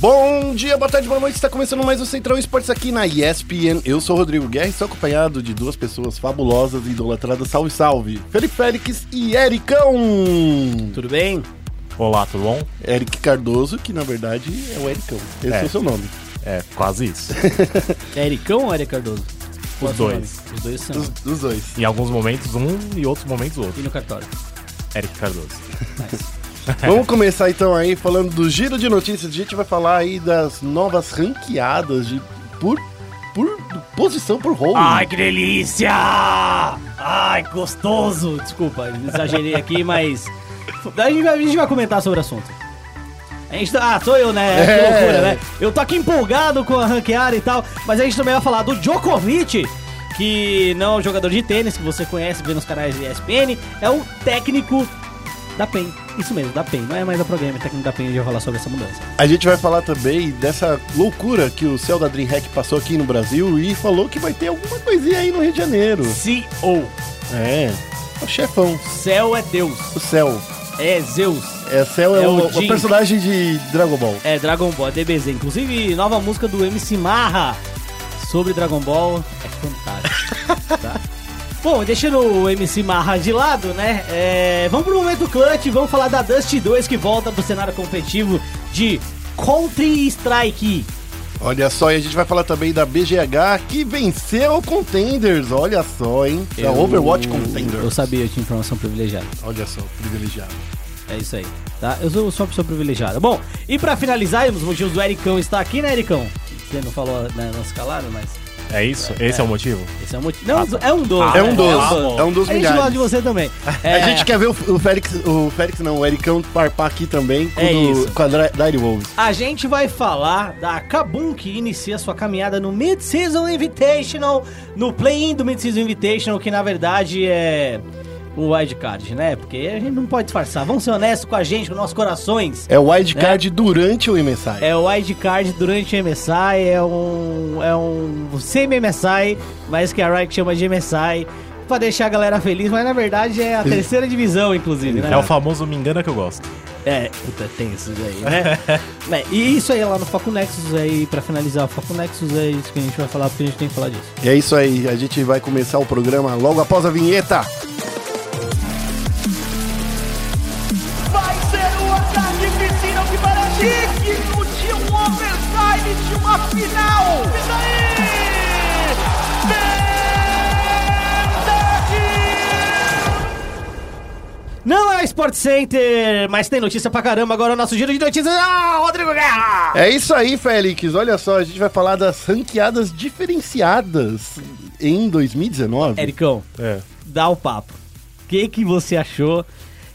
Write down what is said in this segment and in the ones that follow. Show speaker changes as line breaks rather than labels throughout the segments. Bom dia, boa tarde, boa noite. Está começando mais um Central Esportes aqui na ESPN. Eu sou o Rodrigo Guerra e sou acompanhado de duas pessoas fabulosas e idolatradas. Salve, salve! Felipe Félix e Ericão!
Tudo bem?
Olá, tudo bom?
Eric Cardoso, que na verdade é o Ericão. Esse é,
É.
o seu nome.
É, quase isso.
É Ericão ou Eric Cardoso? Qual
Os
é o seu
dois.
nome? Os dois são.
Dos, dos dois.
em alguns momentos um e outros momentos
E
outro.
no cartório.
Eric Cardoso.
Vamos começar então aí falando do giro de notícias. A gente vai falar aí das novas ranqueadas de por, por posição por rol.
que delícia! Ai, gostoso! Desculpa, exagerei aqui, mas. Daí a gente vai- a gente vai comentar sobre o assunto. A gente tá- Ah, sou eu, né? Que
É.
loucura, né? Eu tô aqui empolgado com a ranqueada e tal, mas a gente também vai falar do Djokovic, que não é um jogador de tênis que você conhece vê nos canais de ESPN, é o técnico da PEN. Isso mesmo, da PEN. Não é mais da programa, é técnico da PEN, a gente vai falar sobre essa mudança.
A gente vai falar também dessa loucura que o Céu da DreamHack passou aqui no Brasil e falou que vai ter alguma coisinha aí no Rio de Janeiro.
CEO.
É. O chefão,
Céu é Deus.
o Céu.
É Zeus.
É, Céu é,
É
o,
o Jin.
o personagem de Dragon Ball.
É Dragon Ball, é DBZ. Inclusive, nova música do MC Marra sobre Dragon Ball é fantástico. tá? Bom, deixando o MC Marra de lado, né? é, vamos pro momento clutch, vamos falar da Dust 2 que volta pro cenário competitivo de Country Strike.
Olha só, e a gente vai falar também da BGH que venceu o Contenders. Olha só, hein? Da Overwatch Contenders.
Eu sabia, eu tinha informação privilegiada.
Olha só, privilegiado.
É isso aí, tá? Eu sou, sou uma pessoa privilegiada. Bom, e pra finalizar, os motivos do Ericão está aqui, né, Ericão? Você não falou, né, não se calaram, mas
É isso? Esse é, o motivo?
esse é um motivo. Não, é um dos.
Ah,
É um
né?
dos,
bom.
é um dos
A gente gosta
milhares.
de você também. É,
A gente quer ver o, o Félix, o Félix não, o Ericão parpar aqui também com,
É
o-
isso.
com a Dra- Dire Wolves.
a gente vai falar da Kabum que inicia sua caminhada no Mid-Season Invitational, no play-in do Mid-Season Invitational, que na verdade é o wildcard, né? Porque a gente não pode disfarçar. Vamos ser honestos com a gente, com nossos corações.
É o wildcard durante o MSI.
É o wildcard durante o MSI, é um. É um semi-MSI, mas que a Riot chama de MSI. Pra deixar a galera feliz, mas na verdade é a terceira divisão, inclusive, né?
É o famoso me engana que eu gosto.
É, puta, tem isso aí, né? Bem, e isso aí lá no Foco Nexus aí, pra finalizar o Foco Nexus, é isso que a gente vai falar, porque a gente tem que falar disso.
E é isso aí, a gente vai começar o programa logo após a vinheta.
Vai ser o ataque piscina que parece digno de um overtime de uma final. E daí?
Não é Sport Center, mas tem notícia pra caramba, agora é o nosso giro de notícias, ah, Rodrigo Guerra!
É isso aí, Félix. Olha só, a gente vai falar das ranqueadas diferenciadas em 2019.
Ericão,
É.
dá o papo. O que que você achou?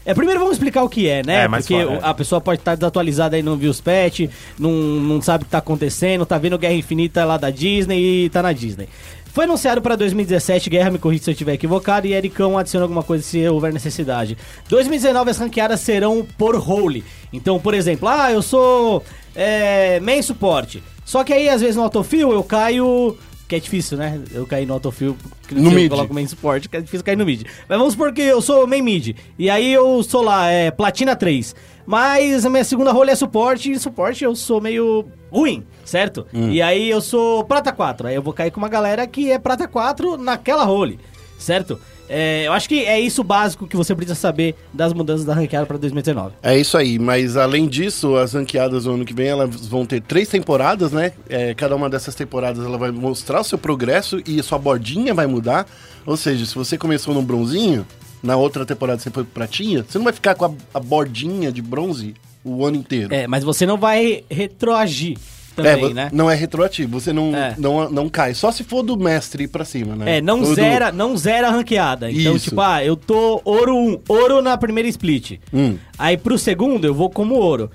É, primeiro vamos explicar o que é, né?
É, mas
Porque
fala, é.
a pessoa pode estar desatualizada aí, não viu os patch, não, não sabe o que tá acontecendo, tá vendo Guerra Infinita lá da Disney e tá na Disney. Foi anunciado para 2017, Guerra, me corrija se eu estiver equivocado, e Ericão adiciona alguma coisa se houver necessidade. 2019 as ranqueadas serão por role. Então, por exemplo, ah, eu sou é, main suporte. Só que aí, às vezes, no autofill eu caio... Que é difícil, né? Eu caí no autofill... que
No
eu
mid.
coloco main suporte, que é difícil cair no mid. Mas vamos supor que eu sou main mid. E aí eu sou lá, é platina 3. Mas a minha segunda rolha é suporte, e suporte eu sou meio ruim, certo? E aí eu sou prata 4. Aí eu vou cair com uma galera que é prata 4 naquela role, certo? É, eu acho que é isso básico que você precisa saber das mudanças da ranqueada para 2019.
É isso aí, mas além disso, as ranqueadas no ano que vem elas vão ter três temporadas, né? É, cada uma dessas temporadas ela vai mostrar o seu progresso e a sua bordinha vai mudar. Ou seja, se você começou no bronzinho, na outra temporada você foi pro pratinha, você não vai ficar com a, a bordinha de bronze o ano inteiro.
É, mas você não vai retroagir também,
vo-
né?
Não é retroativo, você não,
É.
não, não cai. Só se for do mestre pra cima, né?
É, não
Ou do-
zera, não zera a ranqueada. Então,
Isso.
tipo, ah, eu tô ouro 1, ouro na primeira split.
Hum.
Aí pro segundo eu vou como ouro.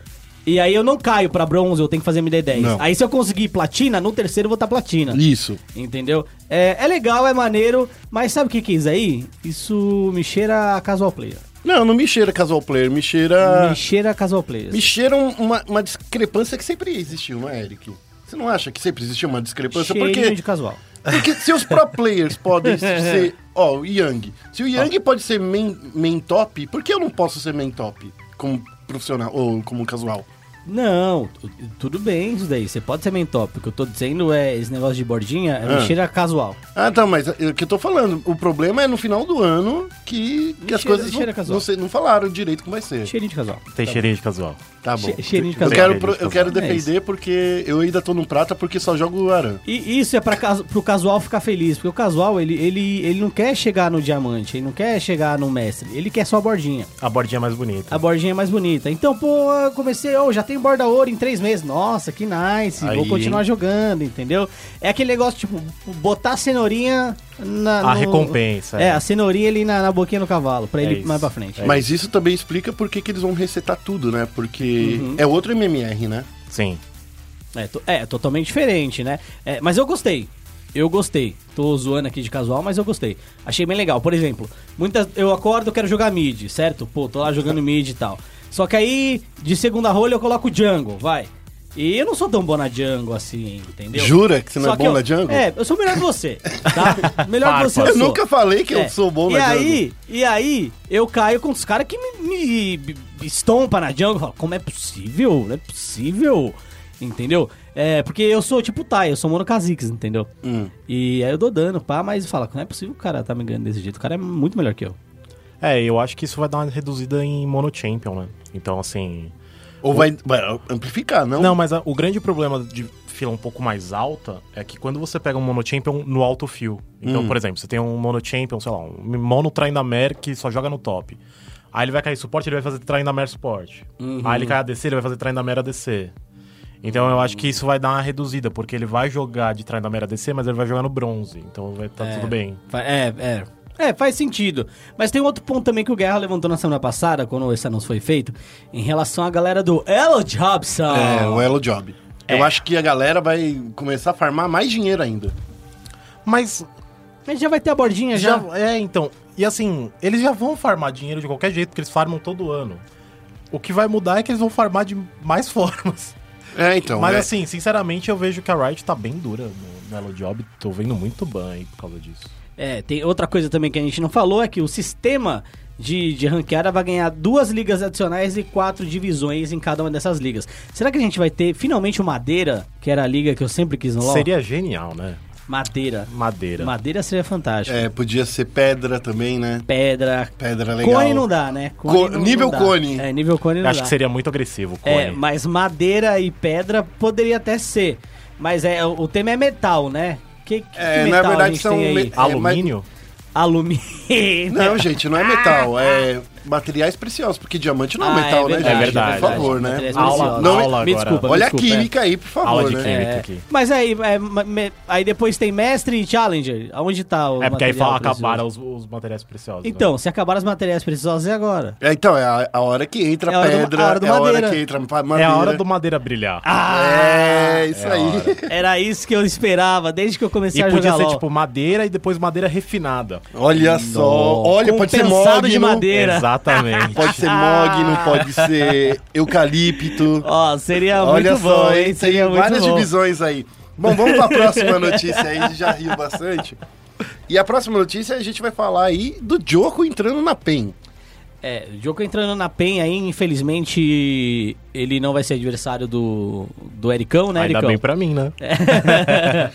E aí eu não caio pra bronze, eu tenho que fazer MD10.
Não.
Aí se eu conseguir platina, no terceiro eu vou estar platina.
Isso.
Entendeu? É, é legal, é maneiro, mas sabe o que que é isso aí? Isso me cheira a casual player.
Não, não me cheira casual player, me cheira.
Me cheira a casual player.
Ah. Me cheira um- uma, uma discrepância que sempre existiu, não é, Eric? Você não acha que sempre existiu uma discrepância?
Cheirinho
Porque,
de casual.
porque se os pro players podem ser. Ó, o Yang. Se o Yang pode ser main, main top, por que eu não posso ser main top como profissional ou como casual?
Não, tu- tudo bem isso daí. Você pode ser mentópico. O que eu tô dizendo é, esse negócio de bordinha é
Ah.
lixeira casual.
Ah, tá, mas é o que eu tô falando, o problema é no final do ano que, que as
Lixeira-
coisas não,
lixeira casual.
não, sei- não falaram direito como vai ser.
Cheirinho de casual.
Tem cheirinho de casual.
Tá bom.
Che- cheirinho de
eu
casual.
quero,
Cheirinho de
pro- eu
casual.
quero
É isso.
defender porque eu ainda tô no prata porque só jogo o Aran.
E isso é para pro casual ficar feliz, porque o casual ele, ele, ele não quer chegar no diamante, ele não quer chegar no mestre, ele quer só a bordinha.
A bordinha é mais bonita.
A bordinha é mais bonita. Então, pô, eu comecei, oh, já tem borda ouro em três meses. Nossa, que nice.
Aí,
Vou continuar
hein?
jogando, entendeu? É aquele negócio, tipo, botar a cenourinha na.
A recompensa,
É,
é.
a cenourinha ali na, na boquinha do cavalo, pra
É
ele
isso.
mais pra frente.
É.
Mas isso também explica por que, que eles vão resetar tudo, né? Porque
Uhum.
é outro MMR, né?
Sim.
É, to- é, totalmente diferente, né? É, mas eu gostei. Eu gostei. Tô zoando aqui de casual, mas eu gostei. Achei bem legal. Por exemplo, muitas eu acordo, eu quero jogar mid, certo? Pô, tô lá jogando mid e tal. Só que aí, de segunda rolha, eu coloco jungle, vai. E eu não sou tão bom na jungle assim, entendeu?
Jura que você não
Só
é bom
eu-
na jungle?
É, eu sou melhor que você, tá? Melhor que você
Eu
eu sou.
nunca falei que
É.
eu sou bom
e
na
aí,
jungle.
E aí, eu caio com os caras que me, me, me estompa na jungle. Eu falo, como é possível? Não é possível. Entendeu? É, porque eu sou tipo Tai, eu sou mono Kha'Zix, entendeu?
Hum.
E aí eu dou dano, pá, mas fala, não é possível que o cara tá me ganhando desse jeito. O cara é muito melhor que eu.
É, eu acho que isso vai dar uma reduzida em mono champion, né? Então, assim.
Ou vai, vai amplificar, não?
Não, mas a- o grande problema de fila um pouco mais alta é que quando você pega um mono champion no alto fio. Então, por exemplo, você tem um mono champion, sei lá, um mono Trainamer que só joga no top. Aí ele vai cair suporte, ele vai fazer Trainamer suporte. Aí ele cai ADC, ele vai fazer Trainamer ADC. Então eu acho que isso vai dar uma reduzida, porque ele vai jogar de Trainamer ADC, mas ele vai jogar no bronze. Então vai tá tudo bem.
Fa- É, é. É, faz sentido. Mas tem um outro ponto também que o Guerra levantou na semana passada, quando esse anúncio foi feito, em relação à galera do Elo Jobson.
É, o Elo Job.
É.
Eu acho que a galera vai começar a farmar mais dinheiro ainda.
Mas
Mas já vai ter a bordinha já.
Já, é, então. E assim, eles já vão farmar dinheiro de qualquer jeito, porque eles farmam todo ano. O que vai mudar é que eles vão farmar de mais formas.
É, então.
Mas
é.
assim, sinceramente, eu vejo que a Riot tá bem dura no Nelo Job. Tô vendo muito ban aí por causa disso.
É, tem outra coisa também que a gente não falou é que o sistema de, de ranqueada vai ganhar duas ligas adicionais e quatro divisões em cada uma dessas ligas. Será que a gente vai ter finalmente o Madeira, que era a liga que eu sempre quis no LoL?
Seria genial, né?
Madeira.
Madeira.
Madeira seria fantástico.
É, podia ser pedra também, né?
Pedra.
Pedra legal.
Cone não dá, né?
Co- nível cone.
É, nível cone
Eu
não
Acho
dá.
que seria muito agressivo. Cone.
É, mas madeira e pedra poderia até ser. Mas é, o o tema é metal, né? Que, que
É,
metal
na
a
verdade
gente
são.
tem aí?
me- é,
Alumínio?
Alumínio.
mas- Não, gente, não é metal. É materiais preciosos, porque diamante não é
Ah,
metal, né,
verdade,
gente?
É verdade.
Por favor, né?
Materiais
Aula-
preciosos.
não,
aula
me
agora.
desculpa,
Olha
me desculpa,
a
é.
química aí, por
Aula
favor,
de
né?
química
É,
aqui.
Mas aí, é, ma- me- aí depois tem mestre e challenger. Aonde tá o
É porque aí
material
fala,
precioso?
acabaram os, os materiais preciosos. né?
Então, se acabaram os materiais preciosos, é agora.
É, então, é a, a hora que entra
É a hora do-
pedra,
a hora do
é a hora
madeira.
que entra pa-
É
madeira.
a hora do Madeira brilhar.
Ah,
É, isso
É a
aí.
hora.
Era isso que eu esperava desde que eu comecei
E
a
podia
jogar
ser
LOL.
tipo madeira e depois madeira refinada.
Olha só. Olha, pode ser
Compensado de
mogno.
madeira. Ah. Madeira.
Exatamente.
Pode ser mogno, pode ser eucalipto.
Ó, seria
Olha
Tá muito bom,
só,
hein?
hein? Tem
Seria muito
várias
bom.
divisões aí. Bom, vamos pra próxima notícia aí, a gente já riu bastante. E a próxima notícia a gente vai falar aí do Joko entrando na PEN.
É, o Joko entrando na PEN aí, infelizmente, ele não vai ser adversário do, do Ericão, né,
Ainda
Ericão?
bem pra mim, né?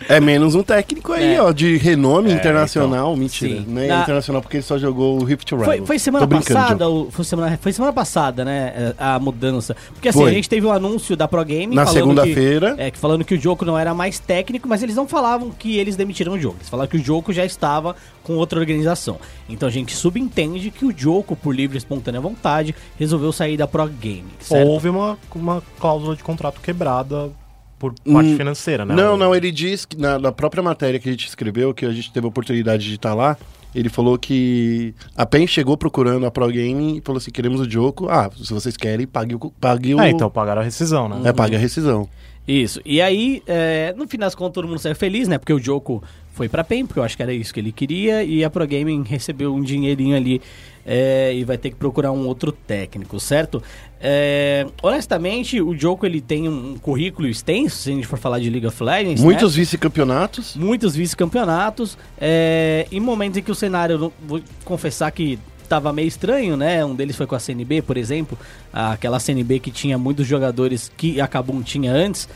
É menos um técnico aí,
É. então.
ó, de renome internacional. Mentira,
Sim.
não é
Na-
internacional porque ele só jogou o Rift Rivals.
Foi, foi semana
Tô brincando,
passada,
Diogo.
o, foi, semana, foi semana passada, né, a mudança. Porque assim,
Foi.
a gente teve o anúncio da Pro Game
Na
falando que-
segunda-feira.
É, que falando que o Joko não era mais técnico, mas eles não falavam que eles demitiram o Joko. Eles falavam que o Joko já estava com outra organização. Então a gente subentende que o Joko, por livre e espontânea vontade, resolveu sair da Pro Game, certo?
Houve uma, uma cláusula de contrato quebrada por parte
Hum,
financeira, né?
Não, não, ele diz que na, na própria matéria que a gente escreveu, que a gente teve a oportunidade de estar lá, ele falou que a PEN chegou procurando a Pro Game e falou assim: queremos o Joko. Ah, se vocês querem, pague o. cu-
Ah,
Pague o
É, então pagaram a rescisão, né?
É, pague a rescisão.
Isso. E aí, é, no fim das contas, todo mundo saiu feliz, né? Porque o Joko foi pra PEN, porque eu acho que era isso que ele queria, e a Pro Gaming recebeu um dinheirinho ali é, e vai ter que procurar um outro técnico, certo? É, honestamente, o Joko ele tem um currículo extenso, se a gente for falar de League of Legends. né?
Muitos vice-campeonatos.
eh, muitos vice-campeonatos, é, em momentos em que o cenário, eu não- vou confessar que tava meio estranho, né? Um deles foi com a CNB, por exemplo, aquela CNB que tinha muitos jogadores que a Kabum tinha antes.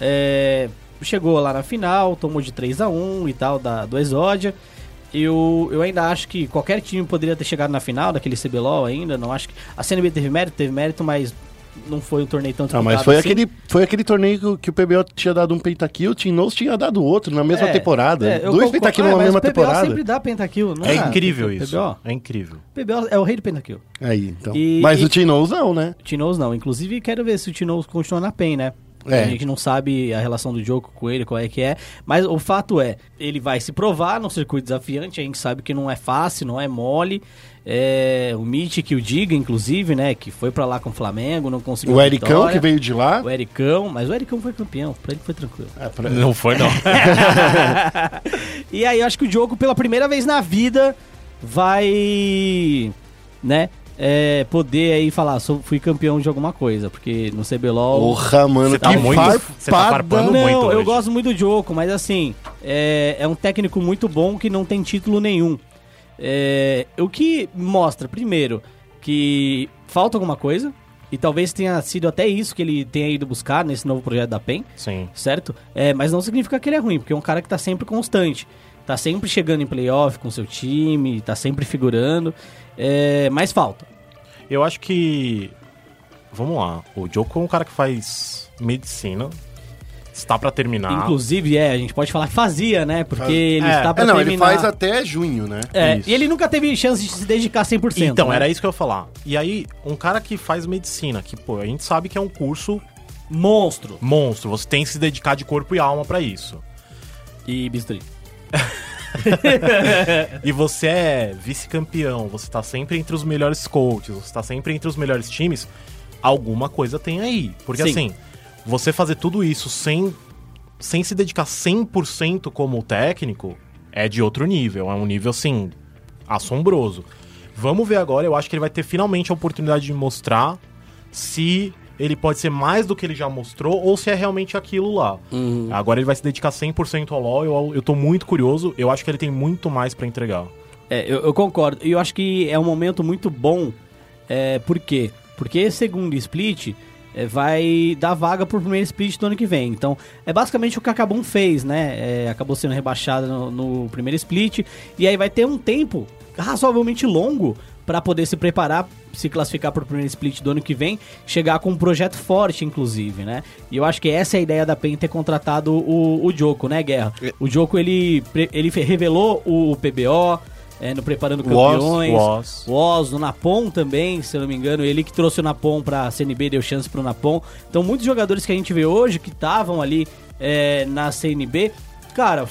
É, chegou lá na final, tomou de 3 a 1 e tal, da, do Exódia. Eu, eu ainda acho que qualquer time poderia ter chegado na final daquele CBLOL ainda. Não acho que. A CNB teve mérito, teve mérito, mas não foi um torneio tanto
Ah, mas foi,
assim?
aquele, foi aquele torneio que o- que o PBO tinha dado um pentakill, o Team Knows tinha dado outro na
É,
mesma temporada. Dois pentakill na mesma
Ah, O
temporada.
PBO sempre dá pentakill, não
É
Ah,
incrível
O
isso.
PBO,
É incrível.
PBO é o rei do pentakill.
Aí, então.
E-
Mas
e-
o Team Knows não, né?
Tinoz não. Inclusive, quero ver se o Tinoz continua na PEN, né?
É.
A gente não sabe a relação do jogo com ele, qual é que é. Mas o fato é, ele vai se provar num circuito desafiante. A gente sabe que não é fácil, não é mole. É, o Mitch que o diga, inclusive, né? Que foi pra lá com o Flamengo, não conseguiu.
O
a
Ericão,
vitória.
que veio de lá.
O Ericão, mas o Ericão foi campeão. Pra ele foi tranquilo.
É, pra-
Não foi, não.
E aí eu acho que o Diogo, pela primeira vez na vida, vai, né, é, poder aí falar, sou, fui campeão de alguma coisa, porque no CBLOL...
Porra, mano,
Você tá
que
muito- você tá
farpada.
farpando
Ah, Não,
muito
eu
hoje.
gosto muito do Diogo, mas assim, é, é um técnico muito bom que não tem título nenhum. É, o que mostra, primeiro, que falta alguma coisa, e talvez tenha sido até isso que ele tenha ido buscar nesse novo projeto da PEN,
Sim.
certo? É, mas não significa que ele é ruim, porque é um cara que tá sempre constante. Tá sempre chegando em playoff com seu time, tá sempre figurando. É, mas falta.
Eu acho que. Vamos lá. O Joko é um cara que faz medicina. Está pra terminar.
Inclusive, é, a gente pode falar que fazia, né? Porque ele
É.
está pra
É, não, ele
terminar...
faz até junho, né?
É,
Isso.
e ele nunca teve chance de se dedicar 100%.
Então,
né?
era isso que eu ia falar. E aí, um cara que faz medicina, que, pô, a gente sabe que é um curso
Monstro.
monstro. Você tem que se dedicar de corpo e alma pra isso.
E bisturi.
E você é vice-campeão, você tá sempre entre os melhores coaches, você tá sempre entre os melhores times, alguma coisa tem aí. Porque
Sim.
assim, você fazer tudo isso sem, sem se dedicar 100% como técnico é de outro nível, é um nível assim, assombroso. Vamos ver agora, eu acho que ele vai ter finalmente a oportunidade de mostrar se ele pode ser mais do que ele já mostrou ou se é realmente aquilo lá. Agora ele vai se dedicar 100% ao LoL, eu, eu tô muito curioso, eu acho que ele tem muito mais pra entregar.
É, eu, eu concordo. E eu acho que é um momento muito bom. É, por quê? Porque segundo split é, vai dar vaga pro primeiro split do ano que vem. Então, é basicamente o que a Kabum fez, né? É, acabou sendo rebaixada no, no primeiro split. E aí vai ter um tempo razoavelmente longo para poder se preparar, se classificar pro primeiro split do ano que vem, chegar com um projeto forte, inclusive, né? E eu acho que essa é a ideia da PEN ter contratado o, o Joko, né, Guerra? O Joko, ele, pre- ele fe- revelou o PBO, é, no Preparando
Oz,
Campeões,
o
o
Oz.
Oz, o Napom também, se eu não me engano, ele que trouxe o Napom pra CNB, deu chance pro Napom. Então, muitos jogadores que a gente vê hoje, que estavam ali é, na CNB, cara,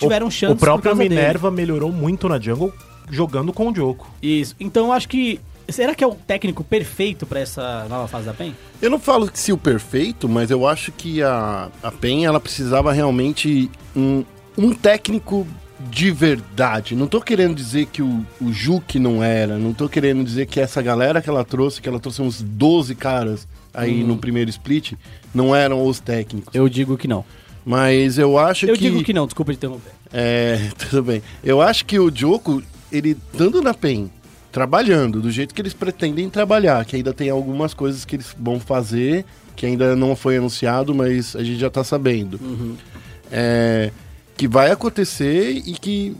tiveram chance
O próprio
por causa dele.
Minerva melhorou muito na jungle jogando com o Joko.
Isso. Então eu acho que. Será que é o técnico perfeito pra essa nova fase da PEN?
Eu não falo que se o perfeito, mas eu acho que a, a PEN ela precisava realmente um, um técnico de verdade. Não tô querendo dizer que o, o Juque não era, não tô querendo dizer que essa galera que ela trouxe, que ela trouxe uns 12 caras
Uhum.
aí no primeiro split, não eram os técnicos.
Eu digo que não.
Mas eu acho
Eu
que.
digo que não, desculpa de interromper.
É, tudo bem. Eu acho que o Diogo, ele estando na PEN, trabalhando do jeito que eles pretendem trabalhar, que ainda tem algumas coisas que eles vão fazer, que ainda não foi anunciado, mas a gente já tá sabendo. É, que vai acontecer e que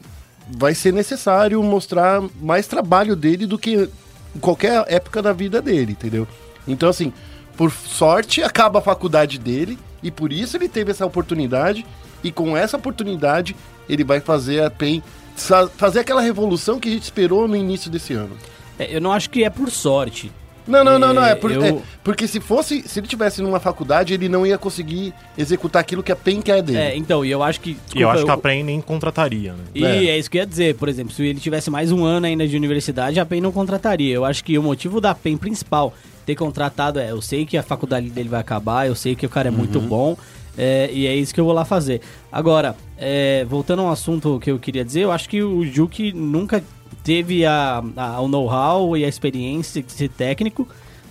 vai ser necessário mostrar mais trabalho dele do que em qualquer época da vida dele, entendeu? Então, assim, por sorte, acaba a faculdade dele e por isso ele teve essa oportunidade e com essa oportunidade ele vai fazer a PEN sa- fazer aquela revolução que a gente esperou no início desse ano.
É, eu não acho que é por sorte.
Não, não, não, não. É,
É,
por-
eu-
é porque se fosse, se ele tivesse numa faculdade, ele não ia conseguir executar aquilo que a PEN quer dele.
É, então, e eu acho que.
e eu acho que tá a
desculpa,
Prey nem contrataria, né?
E
É.
é. isso que eu ia dizer, por exemplo, se ele tivesse mais um ano ainda de universidade, a PEN não contrataria. Eu acho que o motivo da PEN principal ter contratado é, eu sei que a faculdade dele vai acabar, eu sei que o cara é muito bom, é, e é isso que eu vou lá fazer. Agora, é, voltando a um assunto que eu queria dizer, eu acho que o Juke nunca teve a, a- o know-how e a experiência de ser técnico,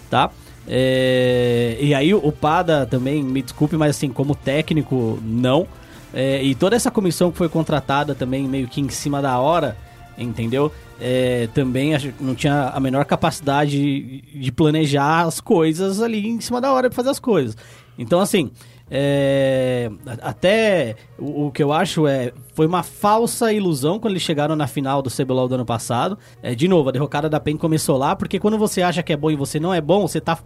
tá? É, e aí o Pada também, me desculpe, mas assim, como técnico, não. É, e toda essa comissão que foi contratada também meio que em cima da hora, entendeu? É, também acho que não tinha a menor capacidade de planejar as coisas ali em cima da hora pra fazer as coisas. Então, assim, é, a- até o, o que eu acho é foi uma falsa ilusão quando eles chegaram na final do CBLOL do ano passado. É, de novo, a derrocada da PEN começou lá, porque quando você acha que é bom e você não é bom, você tá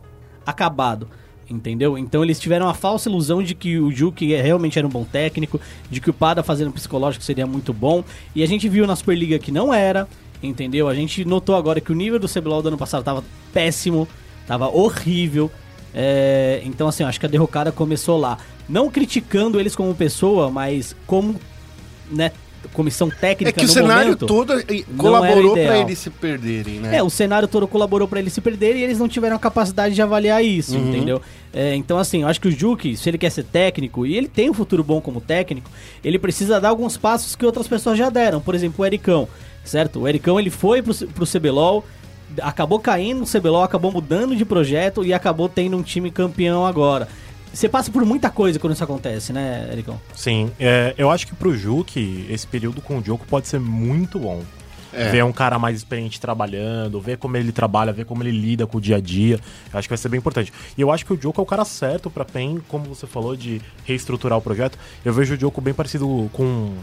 acabado. Entendeu? Então eles tiveram a falsa ilusão de que o Juke é- realmente era um bom técnico, de que o Pada fazendo psicológico seria muito bom. E a gente viu na Superliga que não era, entendeu? A gente notou agora que o nível do CBLOL do ano passado tava péssimo, tava horrível. É, então, assim, eu acho que a derrocada começou lá. Não criticando eles como pessoa, mas como, né, comissão técnica
É que o
no
cenário
momento,
todo eh,
não
colaborou
era
pra
ideal.
eles se perderem, né?
é, o cenário todo colaborou pra eles se perderem e eles não tiveram a capacidade de avaliar isso, entendeu? É, então, assim, eu acho que o Juque, se ele quer ser técnico, e ele tem um futuro bom como técnico, ele precisa dar alguns passos que outras pessoas já deram. Por exemplo, o Ericão, certo? O Ericão, ele foi pro, C- pro CBLOL, acabou caindo no CBLOL, acabou mudando de projeto e acabou tendo um time campeão agora. Você passa por muita coisa quando isso acontece, né, Ericão?
Sim, é, eu acho que pro Juque, esse período com o Diogo pode ser muito bom.
É.
Ver um cara mais experiente trabalhando, ver como ele trabalha, ver como ele lida com o dia a dia. Eu acho que vai ser bem importante. E eu acho que o Diogo é o cara certo pra PEN, como você falou, de reestruturar o projeto. Eu vejo o Diogo bem parecido com.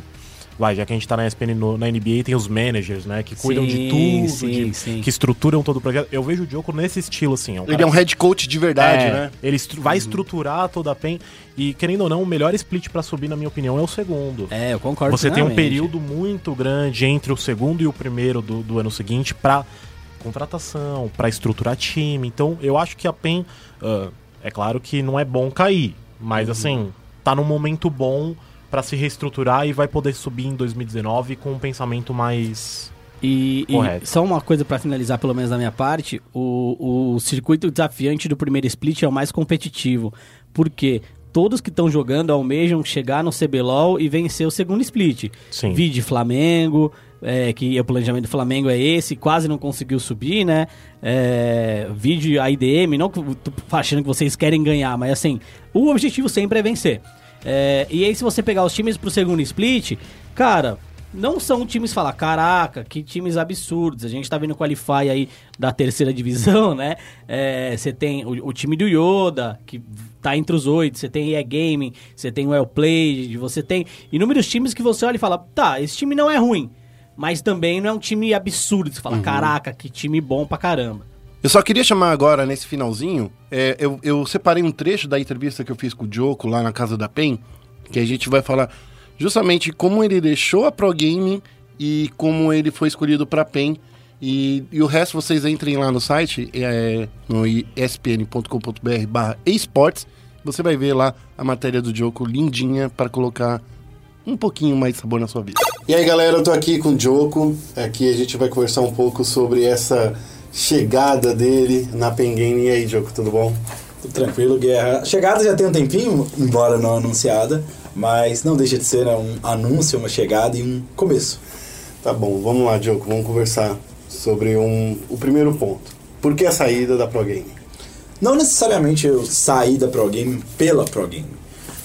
Vai, já que a gente tá na ESPN no- na NBA, tem os managers, né? Que cuidam de
Sim,
tudo,
sim,
de-
sim.
que estruturam todo o projeto. Eu vejo o Diogo nesse estilo, assim. um
Ele
cara
é um head coach de verdade,
é,
né?
Ele estru- vai estruturar toda a PEN. E, querendo ou não, o melhor split pra subir, na minha opinião, é o segundo.
É, eu concordo
Você tem um
plenamente.
período muito grande entre o segundo e o primeiro do, do ano seguinte pra contratação, pra estruturar time. Então, eu acho que a PEN. ah, é claro que não é bom cair, mas assim, tá num momento bom pra se reestruturar e vai poder subir em 2019 com um pensamento mais.
E, e
Correto.
só uma coisa pra finalizar, pelo menos da minha parte, o, o circuito desafiante do primeiro split é o mais competitivo, porque todos que estão jogando almejam chegar no CBLOL e vencer o segundo split.
Sim.
Vi de Flamengo, é, que o planejamento do Flamengo é esse, quase não conseguiu subir, né? É, vi de IDM, não que eu tô achando que vocês querem ganhar, mas assim, o objetivo sempre é vencer. É, e aí, se você pegar os times pro segundo split, cara, não são times falar, caraca, que times absurdos. A gente tá vendo o Qualify aí da terceira divisão, né? É, Você tem o, o time do Yoda, que tá entre os oito, você tem EA Gaming, você tem o El Play, você tem inúmeros times que você olha e fala, tá, esse time não é ruim, mas também não é um time absurdo. Você fala, caraca, que time bom pra caramba.
Eu só queria chamar agora, nesse finalzinho, é, eu, eu separei um trecho da entrevista que eu fiz com o Dioco lá na casa da PEN, que a gente vai falar justamente como ele deixou a Pro Game e como ele foi escolhido pra PEN. E, e o resto vocês entrem lá no site, é, no espn.com.br barra esportes, você vai ver lá a matéria do Dioco lindinha para colocar um pouquinho mais de sabor na sua vida. E aí galera, eu tô aqui com o Joko. Aqui a gente vai conversar um pouco sobre essa chegada dele na Pen Game. E aí, Joko, tudo bom?
Tudo tranquilo, Guerra. Chegada já tem um tempinho, embora não anunciada, mas não deixa de ser né, um anúncio, uma chegada e um começo.
Tá bom, vamos lá, Joko, vamos conversar sobre um, o primeiro ponto. Por que a saída da Pro Game?
Não necessariamente eu saí da Pro Game pela Pro Game,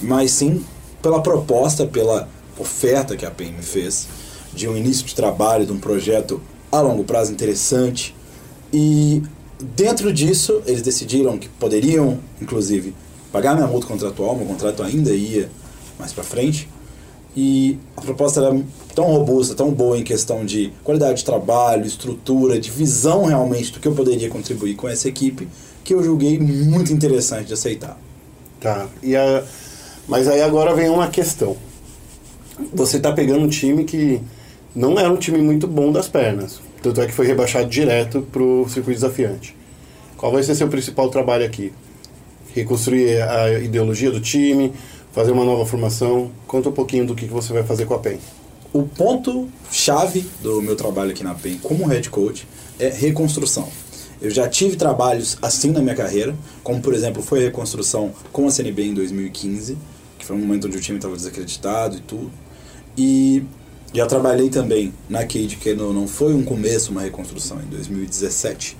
mas sim pela proposta, pela oferta que a PEN me fez de um início de trabalho, de um projeto a longo prazo interessante. E dentro disso, eles decidiram que poderiam, inclusive, pagar minha multa contratual, meu contrato ainda ia mais pra frente. E a proposta era tão robusta, tão boa em questão de qualidade de trabalho, estrutura, de visão realmente do que eu poderia contribuir com essa equipe, que eu julguei muito interessante de aceitar.
Tá, e a, mas aí agora vem uma questão. Você tá pegando um time que não era um time muito bom das pernas. Tanto é que foi rebaixado direto pro circuito desafiante. Qual vai ser seu principal trabalho aqui? Reconstruir a ideologia do time, fazer uma nova formação. Conta um pouquinho do que que você vai fazer com a PEN.
O ponto chave do meu trabalho aqui na PEN como head coach é reconstrução. Eu já tive trabalhos assim na minha carreira, como por exemplo foi a reconstrução com a CNB em 2015, que foi um momento onde o time estava desacreditado e tudo. E já trabalhei também na Cade, que não não foi um começo, uma reconstrução, em 2017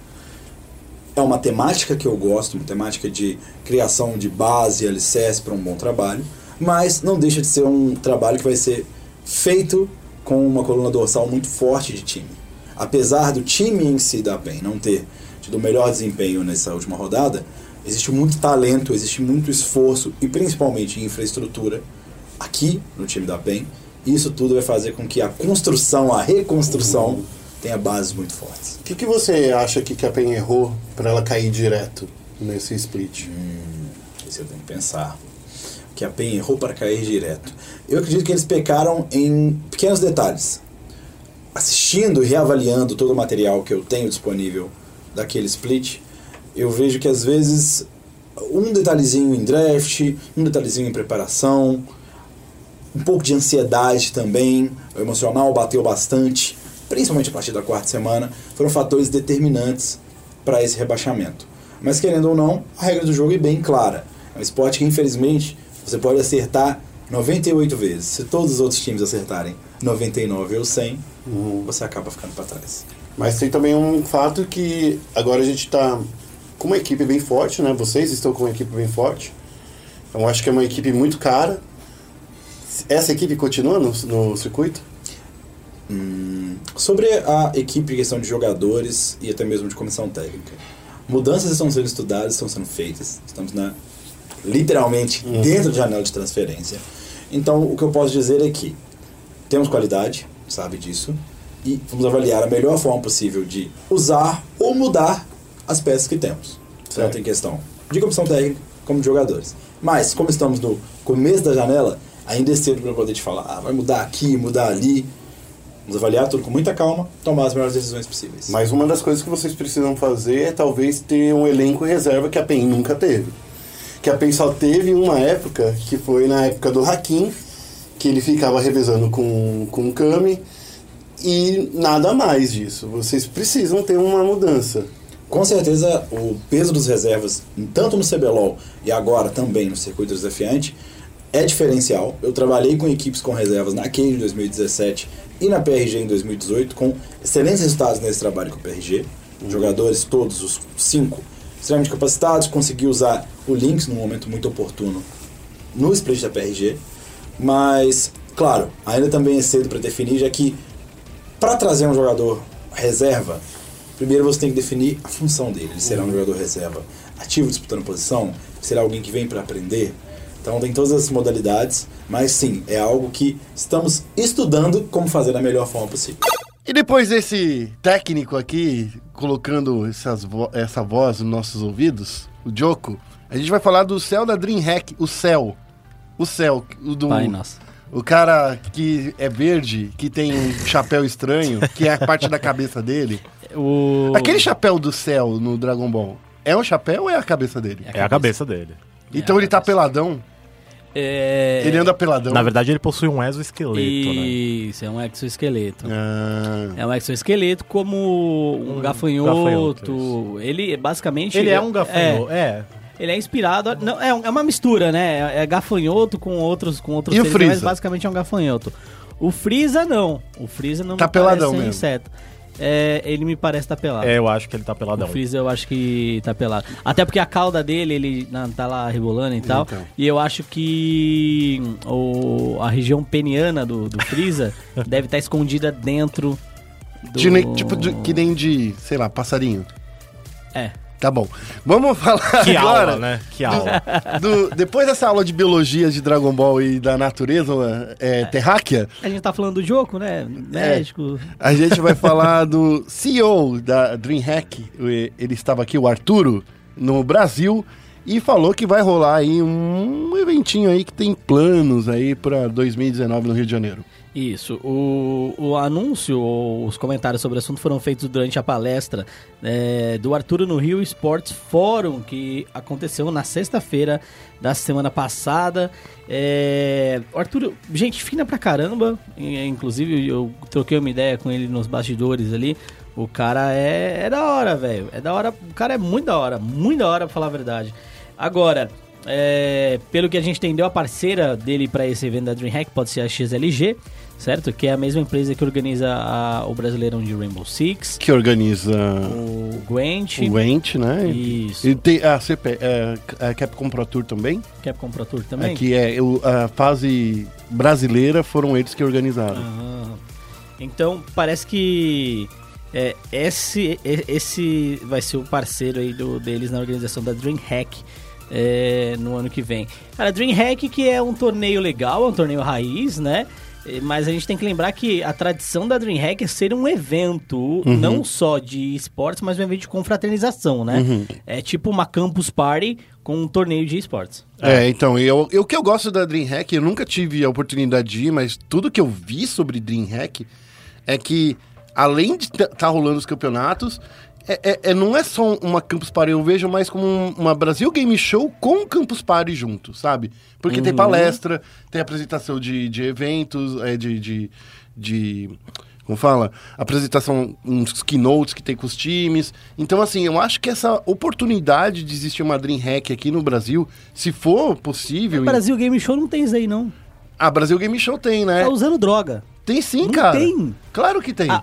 é uma temática que eu gosto, uma temática de criação de base e alicerce para um bom trabalho, mas não deixa de ser um trabalho que vai ser feito com uma coluna dorsal muito forte de time. Apesar do time em si da PEN não ter tido o melhor desempenho nessa última rodada, existe muito talento, existe muito esforço e principalmente infraestrutura aqui no time da PEN. E isso tudo vai fazer com que a construção, a reconstrução, tenha bases muito fortes.
O que, que você acha que que a PEN errou pra ela cair direto nesse split?
Isso eu tenho que pensar. Que a PEN errou para cair direto. Eu acredito que eles pecaram em pequenos detalhes. Assistindo e reavaliando todo o material que eu tenho disponível daquele split, eu vejo que às vezes um detalhezinho em draft, um detalhezinho em preparação, um pouco de ansiedade também, o emocional bateu bastante, principalmente a partir da quarta semana, foram fatores determinantes para esse rebaixamento. Mas querendo ou não, a regra do jogo é bem clara. É um esporte que infelizmente você pode acertar 98 vezes. Se todos os outros times acertarem 99 ou 100, você acaba ficando para trás.
Mas tem também um fato que agora a gente tá com uma equipe bem forte, né? Vocês estão com uma equipe bem forte. Então acho que é uma equipe muito cara. Essa equipe continua no, no circuito?
Sobre a equipe em questão de jogadores e até mesmo de comissão técnica. Mudanças estão sendo estudadas, estão sendo feitas. Estamos na, literalmente dentro de janela de transferência. Então, o que eu posso dizer é que temos qualidade, sabe disso, e vamos avaliar a melhor forma possível de usar ou mudar as peças que temos. Certo? Em questão de comissão técnica, como de jogadores. Mas, como estamos no começo da janela, ainda é cedo para poder te falar, ah, vai mudar aqui, mudar ali. Vamos avaliar tudo com muita calma, tomar as melhores decisões possíveis.
Mas uma das coisas que vocês precisam fazer é talvez ter um elenco reserva que a PEN nunca teve. Que a PEN só teve em uma época, que foi na época do Hakim, que ele ficava revezando com, com o Kami, e nada mais disso. Vocês precisam ter uma mudança.
Com certeza, o peso dos reservas, tanto no CBLOL e agora também no Circuito Desafiante, é diferencial. Eu trabalhei com equipes com reservas na Cage em 2017 e na PRG em 2018, com excelentes resultados nesse trabalho com o PRG. Jogadores, todos os cinco, extremamente capacitados, consegui usar o Lynx num momento muito oportuno no split da PRG. Mas, claro, ainda também é cedo para definir, já que para trazer um jogador reserva, primeiro você tem que definir a função dele. Ele será um jogador reserva ativo disputando posição? Será alguém que vem para aprender? Então tem todas as modalidades, mas sim, é algo que estamos estudando como fazer da melhor forma possível.
E depois desse técnico aqui, colocando essas vo- essa voz nos nossos ouvidos, o Joko, a gente vai falar do céu da Dreamhack, o céu. O céu, o do.
Pai, nossa.
O cara que é verde, que tem um chapéu estranho, que é a parte da cabeça dele.
O...
Aquele chapéu do céu no Dragon Ball, é um chapéu ou é a cabeça dele?
É a cabeça dele.
Então ele tá peladão,
É...
ele anda peladão.
Na verdade, ele possui um exoesqueleto, né?
Isso, é um exoesqueleto.
Ah,
É um exoesqueleto como um, gafanhoto.
gafanhoto,
Ele é basicamente.
Ele é um gafanhoto, é.
ele é inspirado. Não, é, um- é uma mistura, né? É, é gafanhoto com outros, com outros
E o
seres, mas
Freeza?
basicamente é um gafanhoto. O Freeza não. O Freeza não
Tá
me parece
peladão
um
mesmo.
inseto. É, ele me parece tá pelado.
É, eu acho que ele tá
O
peladão.
Freeza eu acho que tá pelado. Até porque a cauda dele, ele na- tá lá rebolando e tal.
Então.
E eu acho que hum, o, a região peniana do, do Freeza deve estar escondida dentro do...
de ne- tipo de- que nem de, sei lá, passarinho.
É.
Tá bom. Vamos falar agora. É
Que aula, né? Que aula.
do- depois dessa aula de biologia de Dragon Ball e da natureza é, terráquea,
A gente tá falando do Joko, né?
É.
Médico.
a gente vai falar do CEO da DreamHack. E- Ele estava aqui, o Arturo, no Brasil, e falou que vai rolar aí um eventinho aí que tem planos aí para 2019 no Rio de Janeiro.
Isso. O, o anúncio, ou os comentários sobre o assunto foram feitos durante a palestra é, do Arturo no Rio Sports Forum, que aconteceu na sexta-feira da semana passada. É, o Arturo, gente fina pra caramba, e, é, inclusive eu troquei uma ideia com ele nos bastidores ali. O cara é, é da hora, velho. É da hora. O cara é muito da hora, muito da hora pra falar a verdade. Agora, é, pelo que a gente entendeu, a parceira dele para esse evento da DreamHack pode ser a XLG, certo? Que é a mesma empresa que organiza a- o Brasileirão de Rainbow Six,
Que organiza
o Gwent,
o Ent, né?
isso,
E tem a, CP, é, a Capcom Pro Tour também,
Capcom Pro Tour
é
também.
que é o- a fase brasileira foram eles que organizaram.
Aham. Então, parece que é, esse, e- esse vai ser o parceiro aí do, deles na organização da DreamHack é, no ano que vem. Cara, DreamHack que é um torneio legal, é um torneio raiz, né? Eh, Mas a gente tem que lembrar que a tradição da DreamHack é ser um evento, não só de esportes, mas um evento de confraternização, né? É tipo uma campus party com um torneio de esportes.
É, então, eu, eu- o que eu gosto da DreamHack, eu nunca tive a oportunidade de ir, mas tudo que eu vi sobre DreamHack é que, além de estar rolando os campeonatos, é, é- é- não é só uma Campus Party, eu vejo mais como um- uma Brasil Game Show com Campus Party junto, sabe? Porque tem palestra, tem apresentação de, de eventos, é, de- de- de como fala, apresentação, uns keynotes que tem com os times. Então, assim, eu acho que essa oportunidade de existir uma DreamHack aqui no Brasil, se for possível...
No É, Brasil Game Show não tem isso aí, não.
A Brasil Game Show tem, né?
Tá usando droga.
Tem sim,
Não
cara.
tem.
Claro que tem.
Ah,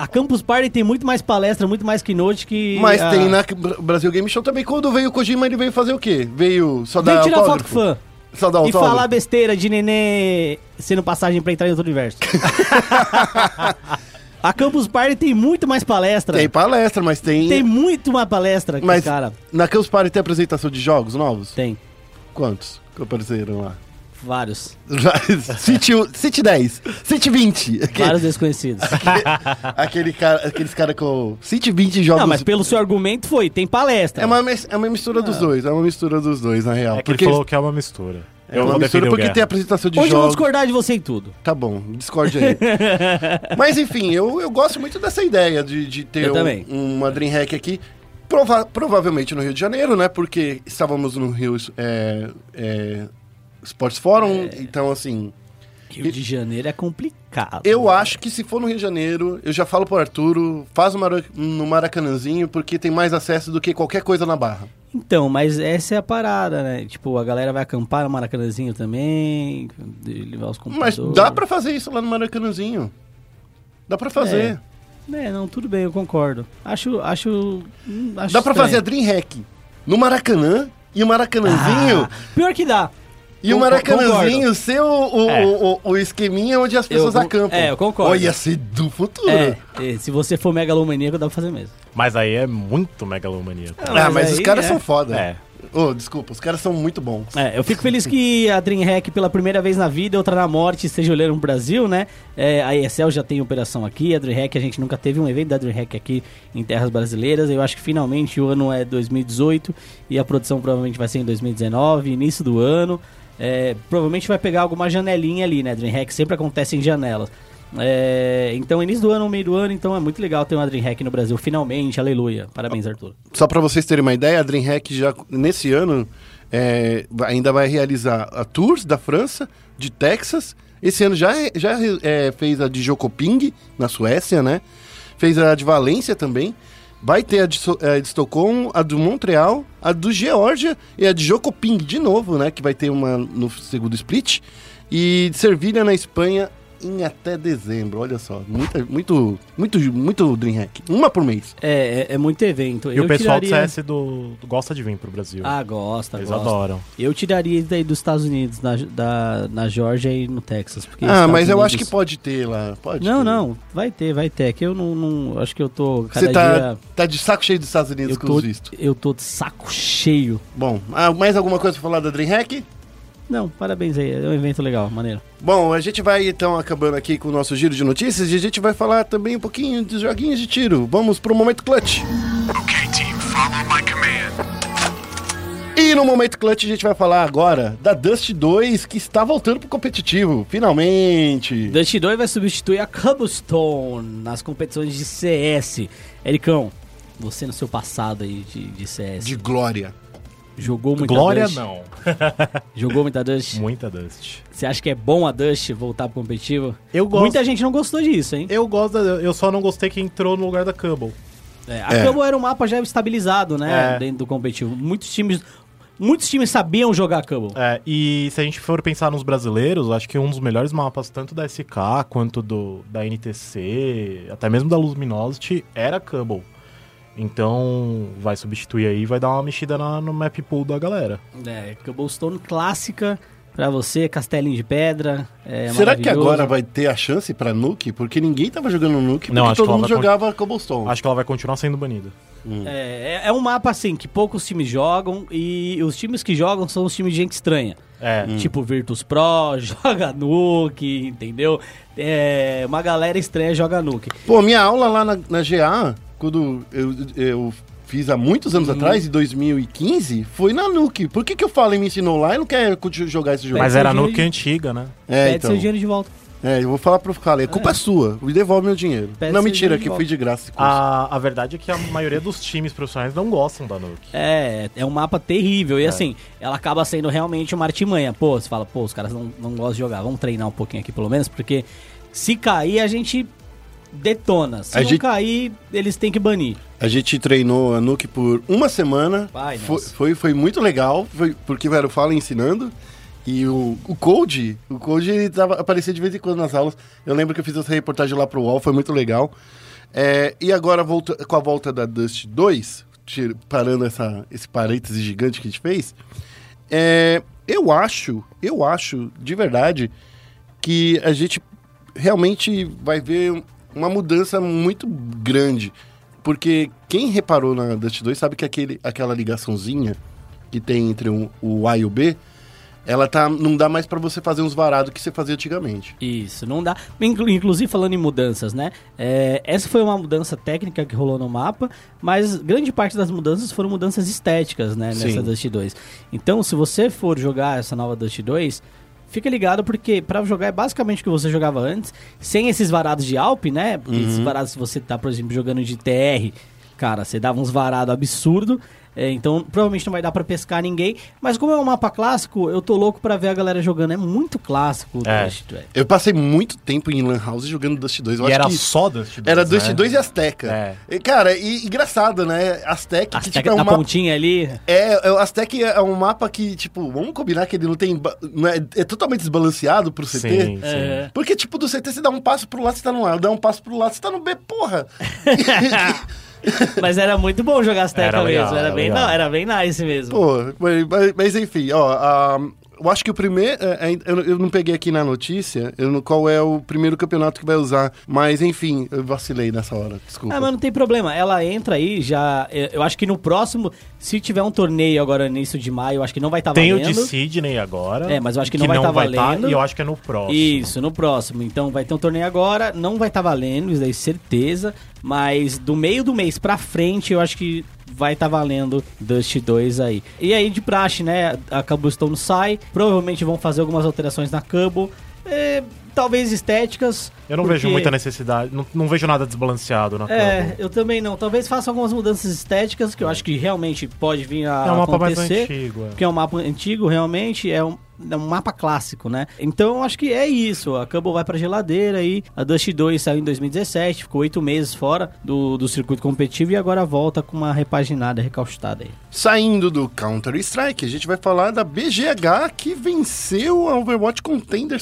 A Campus Party tem muito mais palestra, muito mais keynote que.
Mas
a-
tem né? na Bra- Brasil Game Show também. Quando veio o Kojima, ele veio fazer o quê? Veio só dar
Vem tirar foto
autógrafo?
com fã.
Só dar
E
autógrafo?
falar besteira de nenê sendo passagem pra entrar em outro universo. a Campus Party tem muito mais palestra.
Tem
Tem,
palestra, mas tem...
muito mais palestra que
mas
cara.
na Campus Party tem apresentação de jogos novos?
Tem.
Quantos que apareceram lá?
Vários.
City, um- City 10, City 20.
Vários desconhecidos.
Aquele cara, aqueles caras com 120 jogos.
Não, mas pelo seu argumento foi, tem palestra.
é, uma, mis- é uma mistura dos dois, é uma mistura dos dois, na real.
É que ele falou que é uma mistura.
é uma mistura porque tem apresentação de
Hoje eu vou
jogos.
discordar de você em tudo.
Tá bom, discorde aí. mas enfim, eu, eu gosto muito dessa ideia de, de ter
Eu também.
um, uma Dreamhack aqui. Prova- provavelmente no Rio de Janeiro, né? Porque estávamos no Rio é, é, Sports Forum,
É.
então assim.
Rio de Janeiro é complicado.
Eu acho que se for no Rio de Janeiro, eu já falo pro Arturo, faz no Mara- no Maracanãzinho, porque tem mais acesso do que qualquer coisa na Barra.
Então, mas essa é a parada, né? Tipo, a galera vai acampar no Maracanãzinho também, levar os
Mas
computadores.
dá pra fazer isso lá no Maracanãzinho. Dá pra fazer.
É, não, tudo bem, eu concordo. Acho, acho, hum, acho
Dá pra
estranho.
fazer a Dream Hack no Maracanã e o Maracanãzinho.
Ah, pior que dá.
E o
Con-
Maracanãzinho
concordo.
ser o, o,
É.
o, o- o esqueminha onde as pessoas
con-
acampam.
é, eu concordo.
Olha, ser do futuro.
É, é, se você for megalomaníaco, dá pra fazer mesmo.
Mas aí é muito megalomaníaco.
Ah, mas,
mas
os
aí
caras
é.
são foda.
É.
Ô, desculpa, os caras são muito bons.
É, eu fico feliz que a DreamHack, pela primeira vez na vida, outra na morte, esteja olhando pro Brasil, né? É, a ESL já tem operação aqui, a DreamHack, a gente nunca teve um evento da DreamHack aqui em terras brasileiras. Eu acho que finalmente o ano é 2018 e a produção provavelmente vai ser em 2019, início do ano. É, provavelmente vai pegar alguma janelinha ali, né? DreamHack sempre acontece em janelas. É, então, início do ano, meio do ano, então é muito legal ter uma DreamHack no Brasil, finalmente, aleluia. Parabéns, Arthur.
Só para vocês terem uma ideia, a DreamHack já nesse ano é, vai- ainda vai realizar a Tours da França, de Texas. Esse ano já, re- já re- é, fez a de Jokoping, na Suécia, né? Fez a de Valência também. Vai ter a de, So- é, de Estocolmo, a do Montreal, a do Geórgia e a de Jokoping de novo, né? Que vai ter uma no segundo split. E de Servilha na Espanha em até dezembro. Olha só, muita, muito, muito, muito DreamHack. Uma por mês.
É, é, é muito evento.
E o pessoal
tiraria...
do CS do, do- gosta de vir pro Brasil.
Ah, gosta,
Eles
gosta.
adoram.
Eu tiraria isso daí dos Estados Unidos, na, da, na Georgia e no Texas. Porque
Ah,
Estados
mas eu
Unidos-
acho que pode ter lá. Pode
Não,
ter.
não, vai ter, vai ter. É que eu não, não- acho que eu tô cada
Você tá,
dia...
tá de saco cheio dos Estados Unidos
Eu
com
tô,
os vistos.
eu tô de saco cheio.
Bom, ah, mais alguma coisa pra falar da DreamHack?
Não, parabéns aí, é um evento legal, maneiro.
Bom, a gente vai então acabando aqui com o nosso giro de notícias e a gente vai falar também um pouquinho dos joguinhos de tiro. Vamos pro Momento Clutch. E no Momento Clutch a gente vai falar agora da Dust 2 que está voltando pro competitivo, finalmente.
Dust 2 vai substituir a Cobblestone nas competições de CS. Ericão, você no seu passado aí de, de CS,
De glória.
jogou muita
Glória
Dust?
não.
Jogou muita Dust?
Muita Dust.
Você acha que é bom a Dust voltar pro competitivo?
Eu gosto.
Muita gente não gostou disso, hein?
Eu gosto da, Eu só não gostei que entrou no lugar da Cubble.
É, a Cabo era um mapa já estabilizado, né?
É.
Dentro do competitivo. Muitos times, muitos times sabiam jogar Cabo.
É, e se a gente for pensar nos brasileiros, acho que um dos melhores mapas, tanto da SK quanto do, da NTC, até mesmo da Luminosity, era Cubble. Então vai substituir aí vai dar uma mexida na- no map pool da galera.
É, Cobblestone clássica, Pra você, Castelinho de Pedra. é
Será que
maravilhoso.
agora vai ter a chance pra Nuke? Porque ninguém tava jogando Nuke,
Não,
porque
acho que
todo
ela
mundo
vai con-
jogava Cobblestone.
Acho que ela vai continuar sendo banida.
É, é- é um mapa assim que poucos times jogam e os times que jogam são os times de gente estranha.
É.
Tipo Virtus Pro, joga Nuke, entendeu? É, uma galera estranha joga Nuke.
Pô, minha aula lá na, na GA, quando eu, eu fiz há muitos
Uhum.
anos atrás, em 2015, foi na Nuke. Por que, que eu falo e me ensinou lá e não quer co- jogar esse jogo?
Mas
seu
era a
dinheiro
Nuke
de-
antiga, né?
é,
Pede
então.
seu dinheiro de volta.
É, eu vou falar pro Kale, a culpa é, sua, me devolve meu dinheiro.
Pede
não,
seu
mentira,
dinheiro de
que
volta.
fui
Ah,
de graça esse curso.
A, a verdade é que a maioria dos times profissionais não gostam da Nuke.
É, é um mapa terrível. E assim, ela acaba sendo realmente uma artimanha. Pô, você fala, pô, os caras não, não gostam de jogar. Vamos treinar um pouquinho aqui pelo menos, porque se cair, a gente detona. Se
A
não
gente-
cair, eles têm que banir.
A gente treinou a Nuke por uma semana.
Vai,
foi,
nossa.
foi, foi muito legal, foi porque era o Fala ensinando. E o, o Code, o Code ele tava, aparecia de vez em quando nas aulas. Eu lembro que eu fiz essa reportagem lá pro UOL, foi muito legal. É, e agora, volta, com a volta da Dust 2, tir- parando essa, esse parêntese gigante que a gente fez, é, eu acho, eu acho, de verdade, que a gente realmente vai ver uma mudança muito grande. Porque quem reparou na Dust 2 sabe que aquele, aquela ligaçãozinha que tem entre um- o A e o B, ela tá, não dá mais pra você fazer uns varados que você fazia antigamente.
Isso, não dá. Inclu- Inclusive, falando em mudanças, né? É, essa foi uma mudança técnica que rolou no mapa, mas grande parte das mudanças foram mudanças estéticas, né? Nessa
Sim.
Dust 2. Então, se você for jogar essa nova Dust 2, fica ligado, porque pra jogar é basicamente o que você jogava antes, sem esses varados de Alp, né? Porque esses varados, se você tá, por exemplo, jogando de TR, cara, você dava uns varados absurdo. é, então, provavelmente não vai dar pra pescar ninguém. Mas como é um mapa clássico, eu tô louco pra ver a galera jogando. É muito clássico o
É.
Dust, velho.
Eu passei muito tempo em Lan House jogando Dust 2. Eu
E
acho
era
que
só Dust 2.
era
né?
Dust 2 e Azteca.
É.
E, cara, e engraçado, né? Azteca, que
Até
tipo,
que
é
na
um mapa
pontinha ali.
É, é, o Aztec é um mapa que, tipo, vamos combinar que ele não tem. ba- não é, é totalmente desbalanceado pro CT.
Sim, sim.
É.
Porque, tipo, do CT você dá um passo pro lado, você tá no A, dá um passo pro lado, você tá no B, porra!
Mas era muito bom jogar as teclas
Era legal,
mesmo. Era,
era
bem,
legal.
não, era bem nice mesmo.
Pô, mas, mas- mas enfim, ó. a- eu acho que o primeiro. é, é, Eu, eu não peguei aqui na notícia eu não- qual é o primeiro campeonato que vai usar. Mas, enfim, eu vacilei nessa hora, desculpa.
Ah, mas não tem problema. Ela entra aí já. Eu eu acho que no próximo, se tiver um torneio agora no início de maio, eu acho que não vai estar
Tem o
valendo.
de Sydney agora.
É, mas eu acho que não vai tá valendo.
e eu acho que é no próximo.
Isso, no próximo. Então vai ter um torneio agora, não vai estar valendo, isso daí certeza, mas do meio do mês pra frente eu acho que vai estar valendo Dust 2 aí. E aí de praxe, né, a Cobblestone sai, provavelmente vão fazer algumas alterações na Cubble, é, talvez estéticas.
Eu não vejo
porque-
muita necessidade, não, não vejo nada desbalanceado na
É,
Cabo.
eu também não. Talvez faça algumas mudanças estéticas que eu acho que realmente pode vir a
É um mapa mais
acontecer.
antigo, é.
Porque é um mapa antigo, realmente, é um, é um mapa clássico, né? Então, eu acho que é isso. A Cubble vai pra geladeira aí. A Dust 2 saiu em 2017, ficou oito meses fora do, do circuito competitivo e agora volta com uma repaginada, recauchutada aí.
Saindo do Counter-Strike, a gente vai falar da BGH que venceu a Overwatch Contender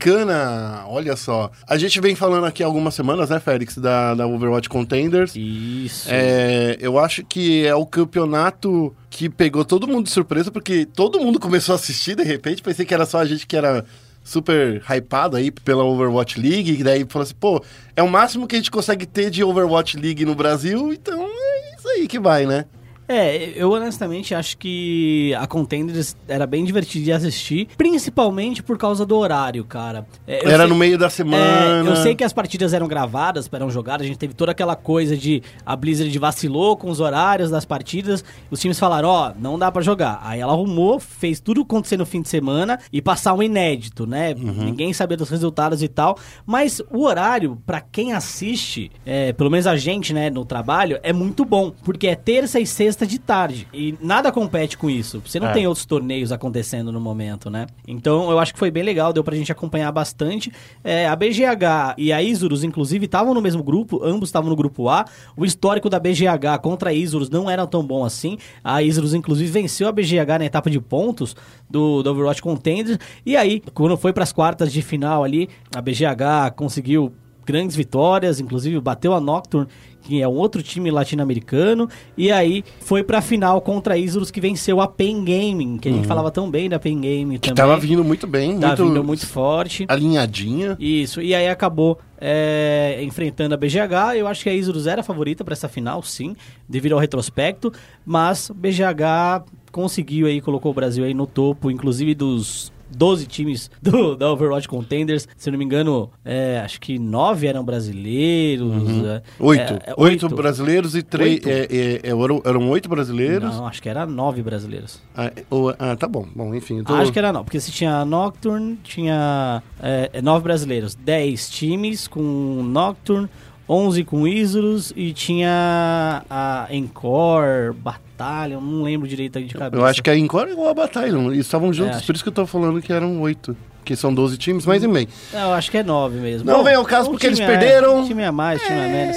Sul-Americana. Olha só. A gente vem falando aqui há algumas semanas, né, Félix, da, da Overwatch Contenders.
Isso.
É, eu acho que é o campeonato que pegou todo mundo de surpresa, porque todo mundo começou a assistir de repente. Pensei que era só a gente que era super hypado aí pela Overwatch League. E daí falou assim: pô, é o máximo que a gente consegue ter de Overwatch League no Brasil, então é isso aí que vai, né?
É, eu honestamente acho que a Contenders era bem divertida de assistir, principalmente por causa do horário, cara. É, eu
Era
sei-
no meio da
É,
semana.
eu sei que as partidas eram gravadas, eram jogadas, a gente teve toda aquela coisa de a Blizzard vacilou com os horários das partidas, os times falaram, ó, não dá pra jogar. Aí ela arrumou, fez tudo acontecer no fim de semana e passar um inédito, né? Ninguém sabia dos resultados e tal, mas o horário, pra quem assiste, é, pelo menos a gente, né, no trabalho, é muito bom, porque é terça e sexta de tarde e nada compete com isso. Você não
É.
tem outros torneios acontecendo no momento, né? Então eu acho que foi bem legal, deu pra gente acompanhar bastante. É, a BGH e a Isurus, inclusive, estavam no mesmo grupo, ambos estavam no grupo A. O histórico da BGH contra a Isurus não era tão bom assim. A Isurus, inclusive, venceu a BGH na etapa de pontos do, do Overwatch Contenders. E aí, quando foi pras quartas de final ali, a BGH conseguiu grandes vitórias, inclusive bateu a Nocturne, que é um outro time latino-americano, e aí foi pra final contra a Isurus, que venceu a Pen Gaming, que a gente falava tão bem da Pen Gaming
Uhum. Que
também.
tava vindo muito bem,
Tá
muito,
vindo muito forte.
alinhadinha.
Isso, e aí acabou é, enfrentando a BGH. Eu acho que a Isurus era a favorita para essa final, sim, devido ao retrospecto, mas BGH conseguiu aí, colocou o Brasil aí no topo, inclusive dos 12 times do, da Overwatch Contenders. Se eu não me engano, é, acho que 9 eram brasileiros. é,
Uhum. Oito.
é,
oito. brasileiros e três.
Oito?
é, é, é, eram, eram oito brasileiros.
Não, acho que era 9 brasileiros.
Ah, ou- ah, tá bom. Bom, enfim. eu tô-
Acho que é era não, porque se tinha Nocturne, tinha é, é, nove brasileiros, 10 times com Nocturne, 11 com Isurus e tinha a Encore, Batalha, não lembro direito aí de cabeça.
Eu acho que a Encore é igual a Batalha. Eles estavam juntos,
É, acho-
por isso que eu tô falando que eram oito. Que são 12 times, mas e meio.
Não, eu acho que é 9 mesmo.
Não vem ao caso porque eles
time a-
perderam. É.
Um time a mais, time a menos.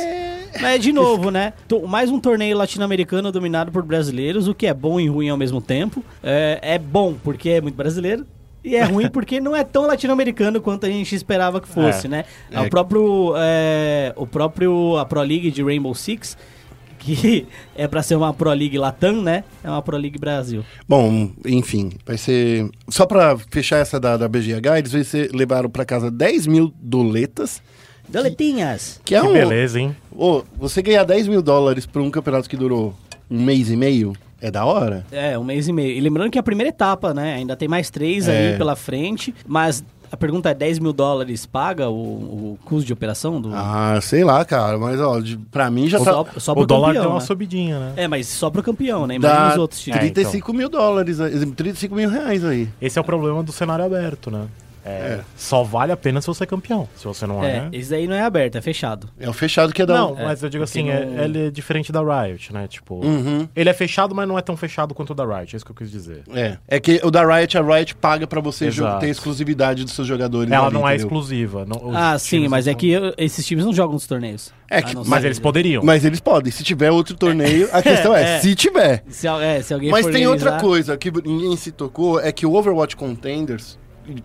Mas de novo, né? To- Mais um torneio latino-americano dominado por brasileiros, o que é bom e ruim ao mesmo tempo. É, é bom porque é muito brasileiro. E é ruim porque não é tão latino-americano quanto a gente esperava que fosse,
É.
né? O próprio, é, o próprio a Pro League de Rainbow Six, que é pra ser uma Pro League Latam, né? É uma Pro League Brasil.
Bom, enfim, vai ser. Só pra fechar essa da, da BGH, eles vão ser- levaram pra casa 10 mil doletas.
Doletinhas!
Que é
Que
um.
beleza, hein?
Ô, você ganhar 10 mil dólares por um campeonato que durou um mês e meio é da hora?
É, um mês e meio. E lembrando que é a primeira etapa, né? Ainda tem mais três
É.
aí pela frente, mas a pergunta é: 10 mil dólares paga o, o custo de operação do.
Ah, sei lá, cara, mas ó, de, pra mim já
só,
tá.
só pro
O dólar deu
campeão,
uma
né?
subidinha, né?
É, mas só pro campeão, né? Imagina
Dá
os outros times.
É, então.
35 mil dólares, eh, aí, 35 mil reais aí.
Esse é o problema do cenário aberto, né? É, Só vale a pena se você é campeão. Se você não
É,
é.
esse aí não é aberto, é fechado.
É o fechado que é da.
Não, mas eu digo
porque
assim, é-
não-
ele é diferente da Riot, né? Tipo, ele é fechado, mas não é tão fechado quanto o da Riot, é isso que eu quis dizer.
É. É que o da Riot, a Riot paga pra você jo-
Exato.
ter exclusividade dos seus jogadores.
Ela
ali,
não é
entendeu?
exclusiva. não- os
Ah, sim,
times
mas
não
é que eu- esses times não jogam nos torneios.
É
A
que-
não
são-
ser
Mas eles poderiam.
Mas eles podem. Se tiver outro torneio, a questão é,
É.
se tiver.
Se, al- é, se alguém
Mas
for
tem outra
organizar-
coisa que ninguém se tocou, é que o Overwatch Contenders,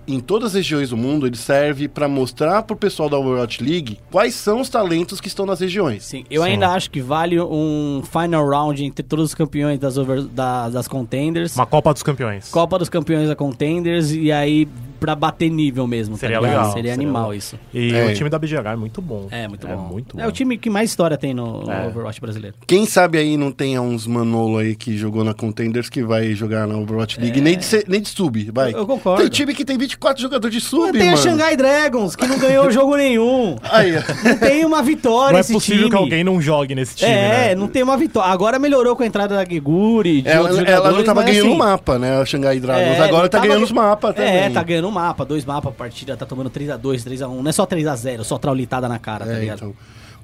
em todas as regiões do mundo, ele serve pra mostrar pro pessoal da Overwatch League quais são os talentos que estão nas regiões.
Sim, eu ainda acho que vale um final round entre todos os campeões das, over, da- das contenders.
Uma Copa dos Campeões.
Copa dos Campeões da Contenders e aí pra bater nível mesmo. tá
Seria
ligado?
legal,
Seria
seria
animal
legal.
isso.
E
É.
o time da BGH é muito bom.
É, muito
É
bom.
muito bom.
É o time que mais história tem no
É.
Overwatch brasileiro.
Quem sabe aí não tenha uns Manolo aí que jogou na Contenders que vai jogar na Overwatch League, nem, de, se- nem de sub, vai.
É. Eu- eu concordo.
Tem time que tem 24 jogadores de sub,
tem a
mano.
Shanghai Dragons, que não ganhou jogo nenhum.
Aí, ó.
Não tem uma vitória
Não é
esse
possível
time.
que alguém não jogue nesse time,
É,
né?
não tem uma vitória. Agora melhorou com a entrada da Geguri, de
ela,
outros
ela
jogadores,
não tava
mas,
ganhando o
assim,
mapa, né? A Shanghai Dragons.
É,
Agora
não
tá
tava
ganhando
gan-
os mapas também.
É, tá ganhando um mapa, dois mapas, a partida tá tomando 3x2, 3x1. Não é só 3x0, só traulitada na cara, tá
É,
ligado?
então.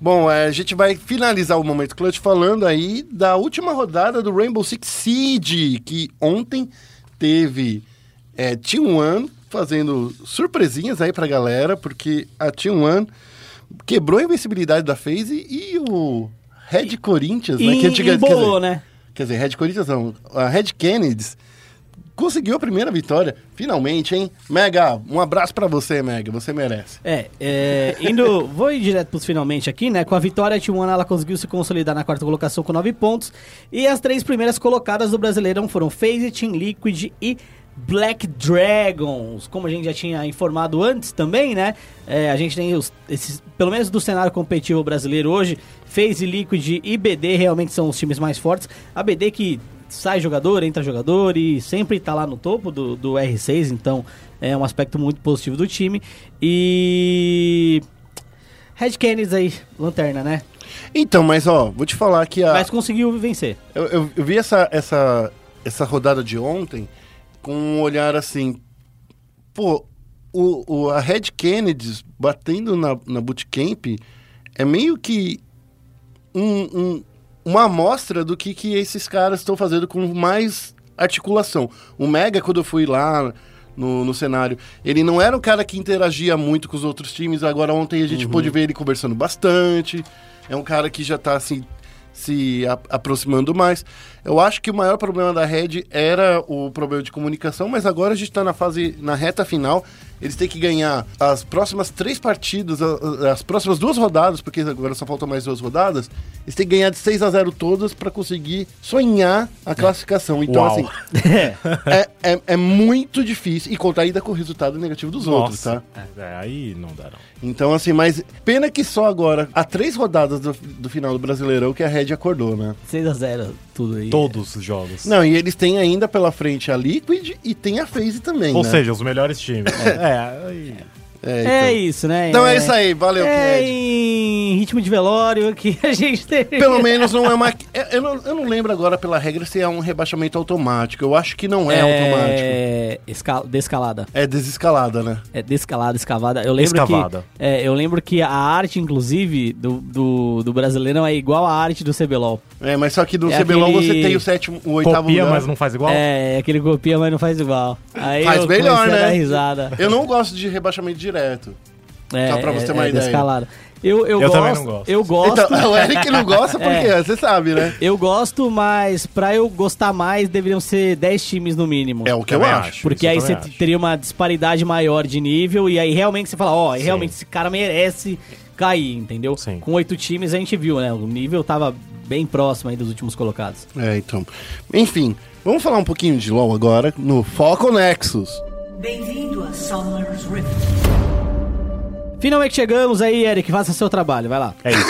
Bom, é, a gente vai finalizar o Momento Clutch falando aí da última rodada do Rainbow Six Siege, que ontem teve é, Team One fazendo surpresinhas aí pra galera, porque a Team One quebrou a invencibilidade da FaZe e o Red Corinthians, né?
E
antiga- quer
embolou,
dizer-
né?
Quer dizer, Red Corinthians não, a Red Kennedys conseguiu a primeira vitória, finalmente, hein? Mega, um abraço pra você, Mega, você merece.
É, é, indo, vou ir direto pros finalmente aqui, né? Com a vitória, a Tijuana ela conseguiu se consolidar na quarta colocação com nove pontos. E as três primeiras colocadas do Brasileirão foram FaZe, Team Liquid e Black Dragons. Como a gente já tinha informado antes também, né? É, a gente tem os, esses, pelo menos do cenário competitivo brasileiro hoje, FaZe, Liquid e BD realmente são os times mais fortes. A BD que sai jogador, entra jogador e sempre tá lá no topo do, do R6, então é um aspecto muito positivo do time. E. Red Canids aí, lanterna, né?
Então, mas ó, vou te falar que a.
Mas conseguiu vencer.
Eu, eu- eu vi essa, essa, essa rodada de ontem com um olhar assim. Pô, o, o- a Red Kennedy batendo na, na bootcamp é meio que um- um- uma amostra do que, que esses caras estão fazendo com mais articulação. O Mega, quando eu fui lá no, no cenário, ele não era um cara que interagia muito com os outros times. Agora, ontem a gente pôde ver ele conversando bastante. É um cara que já tá assim. Se a- aproximando mais. Eu acho que o maior tá problema da Red era o problema de comunicação, mas agora a gente está na fase, na reta final Eles têm que ganhar as próximas três partidas, a- a- as próximas duas rodadas, porque agora só faltam mais duas rodadas. Eles têm que ganhar de 6 a 0 todas para conseguir sonhar a classificação. Então,
Uau.
assim, é, é- é muito difícil. E contar ainda com o resultado negativo dos outros, tá?
É, aí não dá, não.
Então, assim, mas pena que só agora, há três rodadas do, do final do Brasileirão, que a Red acordou, né?
6x0, tudo aí.
Todos os jogos.
Não, e eles têm ainda pela frente a Liquid e tem a FaZe também,
Ou
né?
seja, os melhores times. é, aí.
é, então.
É isso, né?
Então é isso aí, valeu,
É
Fred.
em ritmo de velório que a gente tem.
Pelo menos não é uma. é- Eu não, eu não lembro agora pela regra se é um rebaixamento automático. Eu acho que não é, automático.
É, esca- descalada.
É desescalada, né?
É descalada, escavada. Eu lembro
Escavada.
que é, eu lembro que a arte, inclusive, do, do, do brasileirão é igual à arte do CBLOL.
É, mas só que no
É
CBLOL você
aquele-
tem o sétimo, o oitavo
Copia,
lugar.
mas não faz igual.
É, aquele copia, mas não faz igual. Aí
Faz
eu
melhor,
comecei a
né?
dar risada. É,
Eu não gosto de rebaixamento direto. Só pra você ter uma ideia.
Descalada. Eu, eu,
Eu
gosto,
também não gosto.
Eu gosto. É.
Então, o Eric não gosta porque você sabe, né?
Eu gosto, mas pra eu gostar mais, deveriam ser 10 times no mínimo.
É o que eu
Também
acho.
acho.
Porque
Isso eu
aí você
também acho.
teria uma disparidade maior de nível e aí realmente você fala, ó, realmente esse cara merece cair, entendeu?
Sim.
Com oito times a gente viu, né? O nível tava bem próximo aí dos últimos colocados.
É, então. Enfim, vamos falar um pouquinho de LoL agora no Foco Nexus.
Bem-vindo a Summer's Rift.
Finalmente chegamos aí, Eric, faça seu trabalho, vai lá.
É isso.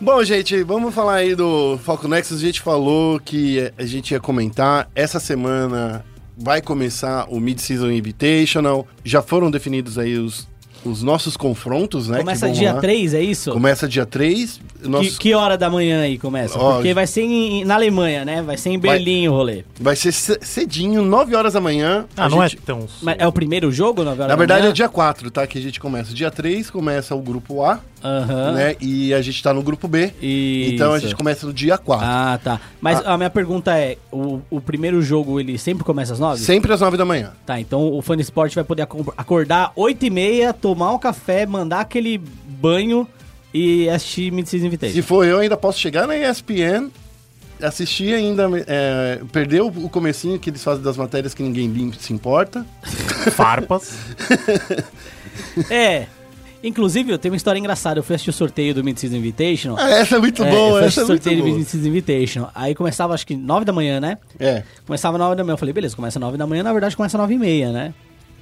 Bom, gente, vamos falar aí do Foco Nexus. A gente falou que a gente ia comentar. Essa semana vai começar o Mid-Season Invitational. Já foram definidos aí os, os nossos confrontos, né? que
começa
vão
dia
rolar.
3, é isso?
Começa dia 3.
Que,
Nosso...
que hora da manhã aí começa?
Ó,
Porque vai ser em- na Alemanha, né? Vai ser em
Vai-
Berlim o rolê.
Vai ser ce- cedinho, 9 horas da manhã.
Ah,
A
não
gente-
é tão.
Mas é o primeiro jogo, na verdade?
Na verdade é dia 4, tá? Que a gente começa. Dia 3 começa o grupo A,
Aham.
né? E a gente tá no grupo B. Então a
Ah. Isso.
gente começa no dia 4.
Ah, tá. Mas a minha pergunta é, o, o primeiro jogo, ele sempre começa às nove?
Sempre às 9 da manhã.
Tá, então o Fun Sport vai poder acom- acordar 8 e meia, tomar um café, mandar aquele banho e assistir Mid-Season
Se
Invitation.
for eu, ainda posso chegar na ESPN, assistir ainda, é, perder o, o comecinho que eles fazem das matérias que ninguém lim- se importa.
Farpas.
É. Inclusive, eu tenho uma história engraçada. Eu fui assistir o sorteio do Mid-Season Invitation.
Ah, essa é muito
É, eu
boa,
fui
essa é
assistir
muito
o sorteio do
boa.
Mid-Season Invitation. Aí começava, acho que 9 da manhã, né?
É,
Começava 9 da manhã. Eu falei, beleza, começa 9 da manhã, na verdade começa 9 e meia, né?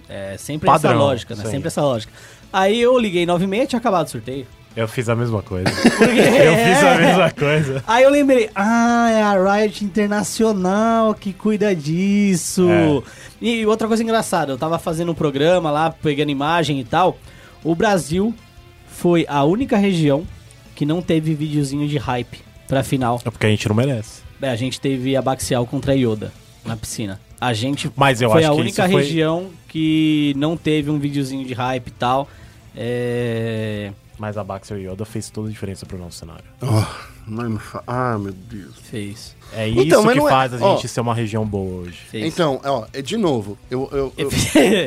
É sempre essa
Padrão,
lógica, né?
sim.
Sempre essa lógica. Aí eu liguei 9 e meia, tinha acabado o sorteio.
Eu fiz a mesma coisa.
Porque-
Eu fiz a mesma coisa.
Aí eu lembrei, ah, é a Riot Internacional que cuida disso.
É.
E outra coisa engraçada, eu tava fazendo um programa lá, pegando imagem e tal. O Brasil foi a única região que não teve videozinho de hype pra final.
É porque a gente não merece.
É, a gente teve a Baxial contra a Yoda na piscina. A gente
Mas eu
foi
acho
a
que
única
isso foi-
região que não teve um videozinho de hype e tal. É...
Mas a Baxter Yoda fez toda a diferença pro nosso cenário.
Não me fa- Ah, meu Deus.
Fez.
É
Então,
isso
mas
que
não é-
faz a
ó.
gente ser uma região boa hoje.
Fez.
Então, ó, é de novo, eu, eu,
É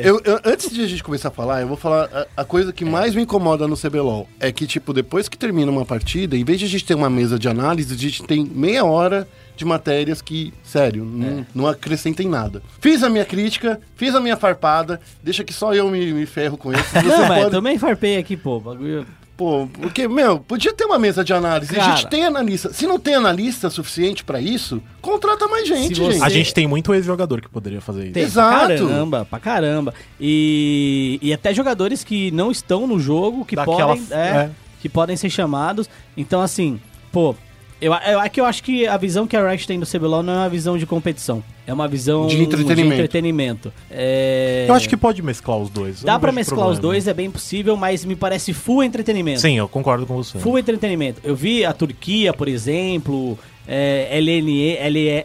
eu- eu- eu- antes de a gente começar a falar, eu vou falar a, a coisa
É.
que mais me incomoda no CBLOL. É que, tipo, depois que termina uma partida, em vez de a gente ter uma mesa de análise, a gente tem meia hora de matérias que,
É.
sério, não, não acrescentem nada. Fiz a minha crítica, fiz a minha farpada, deixa que só eu me, me ferro com isso. Você
Não, mas eu
pode-
também farpei aqui, pô. Bagulho.
Pô, porque, meu, podia ter uma mesa de análise. a
Cara.
gente tem analista. Se não tem analista suficiente pra isso, contrata mais gente,
você-
gente.
A gente tem muito ex-jogador que poderia fazer isso.
Tem,
Exato.
Pra caramba, pra caramba. E, e até jogadores que não estão no jogo, que
Daquela
podem.
f-
é,
é.
Que podem ser chamados. Então, assim, pô. Eu, eu, é que eu acho que a visão que a Riot tem do CBLOL não é uma visão de competição. É uma visão
De entretenimento.
entretenimento. É,
Eu acho que pode mesclar os dois. Eu
Dá
não
pra
vejo
mesclar os
problema.
dois, é bem possível, mas me parece full entretenimento.
Sim, eu concordo com você.
Full entretenimento. Eu vi a Turquia, por exemplo, é, LNE, LE,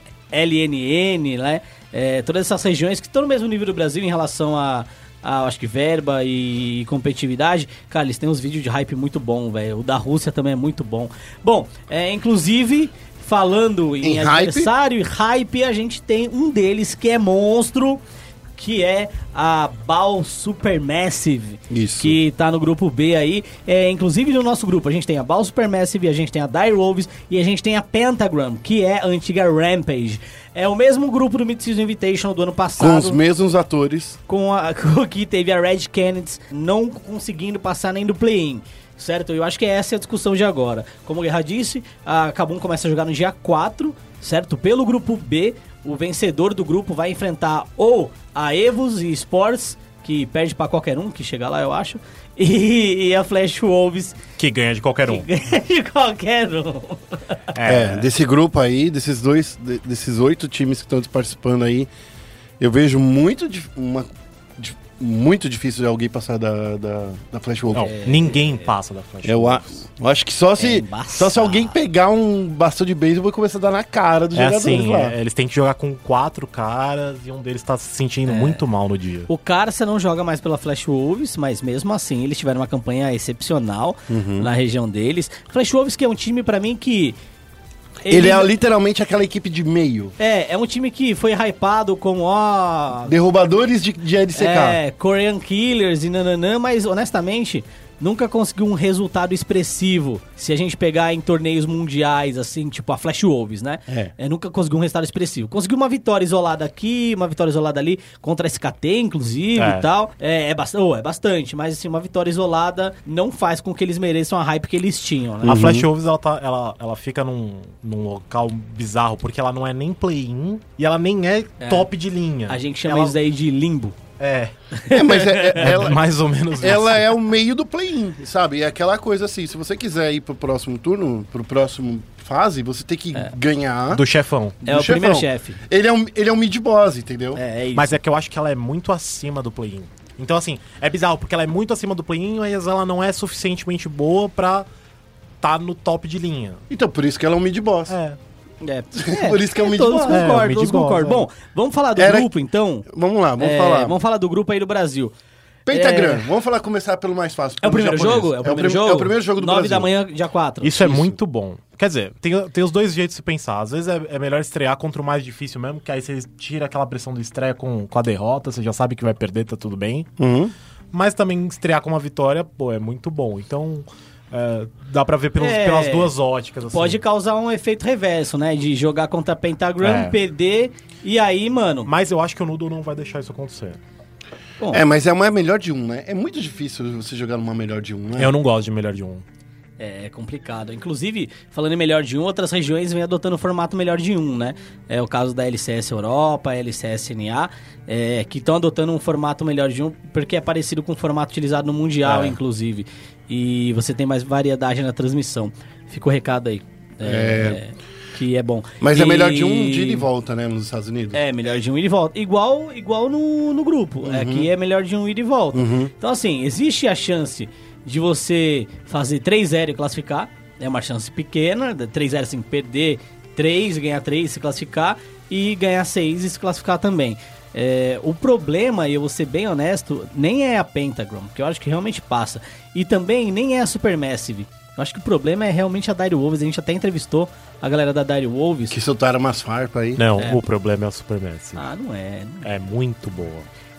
LNN, né? É, todas essas regiões que estão no mesmo nível do Brasil em relação a, a, acho que, verba e competitividade. Cara, eles têm uns vídeos de hype muito bom, velho. O da Rússia também é muito bom. Bom, é, inclusive, falando em,
Em hype?
adversário e hype, a gente tem um deles que é monstro, que é a Bal Supermassive,
Isso.
que tá no grupo B aí. É, inclusive no nosso grupo, a gente tem a Bal Supermassive, a gente tem a Die Wolves e a gente tem a Pentagram, que é a antiga Rampage. É o mesmo grupo do Mid-Season Invitation do ano passado
Com os mesmos atores.
com a com que teve a Red Canids não conseguindo passar nem do play-in. Certo? Eu acho que essa é a discussão de agora. Como o Guerra disse, a Kabum começa a jogar no dia 4, certo? Pelo grupo B, o vencedor do grupo vai enfrentar ou a Evos e Sports, que perde pra qualquer um que chegar lá, eu acho, e, e a Flash Wolves,
Que ganha de qualquer um.
de qualquer um.
É,
né?
desse grupo aí, desses dois, de- desses oito times que estão participando aí, eu vejo muito, dif- uma, di- muito difícil de alguém passar da, da, da Flash Wolf. É,
Não,
É.
ninguém passa da Flash.
Eu, a- eu acho que só se,
embaçado.
só se alguém pegar um bastão de beisebol e começar a dar na cara dos
É
jogadores
assim,
lá.
é, eles têm que jogar com quatro caras e um deles tá se sentindo muito mal no dia.
É. O Carça não joga mais pela Flash Wolves, mas mesmo assim eles tiveram uma campanha excepcional
Uhum.
na região deles. Flash Wolves que é um time pra mim que
Ele é literalmente aquela equipe de meio.
é, é um time que foi hypado como ó,
Derrubadores de, de LCK.
é, Korean Killers e nananã, mas honestamente nunca conseguiu um resultado expressivo. Se a gente pegar em torneios mundiais assim, tipo a Flash Wolves, né?
É.
nunca conseguiu um resultado expressivo. Conseguiu uma vitória isolada aqui, uma vitória isolada ali contra a SKT inclusive
É.
e tal. É, é bastante, é bastante, mas assim, uma vitória isolada não faz com que eles mereçam a hype que eles tinham,
Uhum.
né?
A Flash Wolves, ela, tá, ela, ela fica num, num local bizarro, porque ela não é nem play-in e ela nem é, top de linha.
A gente chama
Ela-
isso daí de limbo.
É,
É, mas é- é- ela,
ela... mais ou menos
ela é o meio do play-in, sabe? É aquela coisa assim, se você quiser ir pro próximo turno, pro próximo fase, você tem que ganhar...
isso. Do chefão.
É o primeiro chefe.
Ele é um, ele é um mid-boss, entendeu?
É, é isso.
Mas é que eu acho que ela é muito acima do play-in. Então, assim, é bizarro, porque ela é muito acima do play-in, mas ela não é suficientemente boa pra tá no top de linha.
Então, por isso que ela é um mid-boss.
É.
É.
Por isso que é um mid-boss.
Todos concordam,
É, o
todos
mid-boss,
concordam.
é.
Bom, vamos falar do
Era-
grupo então?
Vamos lá, vamos
É,
falar.
Vamos falar do grupo aí do Brasil.
Pentagram,
É.
vamos falar, começar pelo mais fácil.
É o
pelo
primeiro
japonês.
jogo? É o primeiro
prim-
jogo?
É o primeiro jogo do
9
Brasil.
da manhã, dia 4.
Isso é muito bom. Quer dizer, tem, tem os dois jeitos de se pensar. Às vezes é, é melhor estrear contra o mais difícil mesmo, que aí você tira aquela pressão do estreia com, com a derrota, você já sabe que vai perder, tá tudo bem.
Uhum.
Mas também estrear com uma vitória, pô, é muito bom. Então, é, dá pra ver pelos-
É.
pelas duas óticas. Assim.
Pode causar um efeito reverso, né? De jogar contra a Pentagram,
É.
perder, e aí, mano...
Mas eu acho que o Nudo não vai deixar isso acontecer.
É, mas é uma melhor de um, né? É muito difícil você jogar numa melhor de um, né?
Eu não gosto de melhor de um.
É complicado. Inclusive, falando em melhor de um, outras regiões vêm adotando o formato melhor de um, né? É o caso da LCS Europa, LCSNA, é, que estão adotando um formato melhor de um, porque é parecido com o formato utilizado no Mundial,
É.
inclusive. E você tem mais variedade na transmissão. Fica o recado aí. É, Que é bom.
Mas é
E-
melhor de um de ida e volta, né? Nos Estados Unidos.
é, melhor de um ida e volta. Igual, igual no, no grupo. Aqui é melhor de um ida e volta. Então, assim, existe a chance de você fazer 3-0 e classificar. É uma chance pequena. 3-0 assim, perder 3, ganhar 3, se classificar. E ganhar 6 e se classificar também. É, o problema, e eu vou ser bem honesto, nem é a Pentagram, que eu acho que realmente passa. E também nem é a Supermassive. Eu acho que o problema é realmente a Dire Wolves. A gente até entrevistou a galera da Dire Wolves.
Que soltaram umas farpas aí.
Não, o problema é o Superman. sim.
Ah, não é. Não
É muito boa.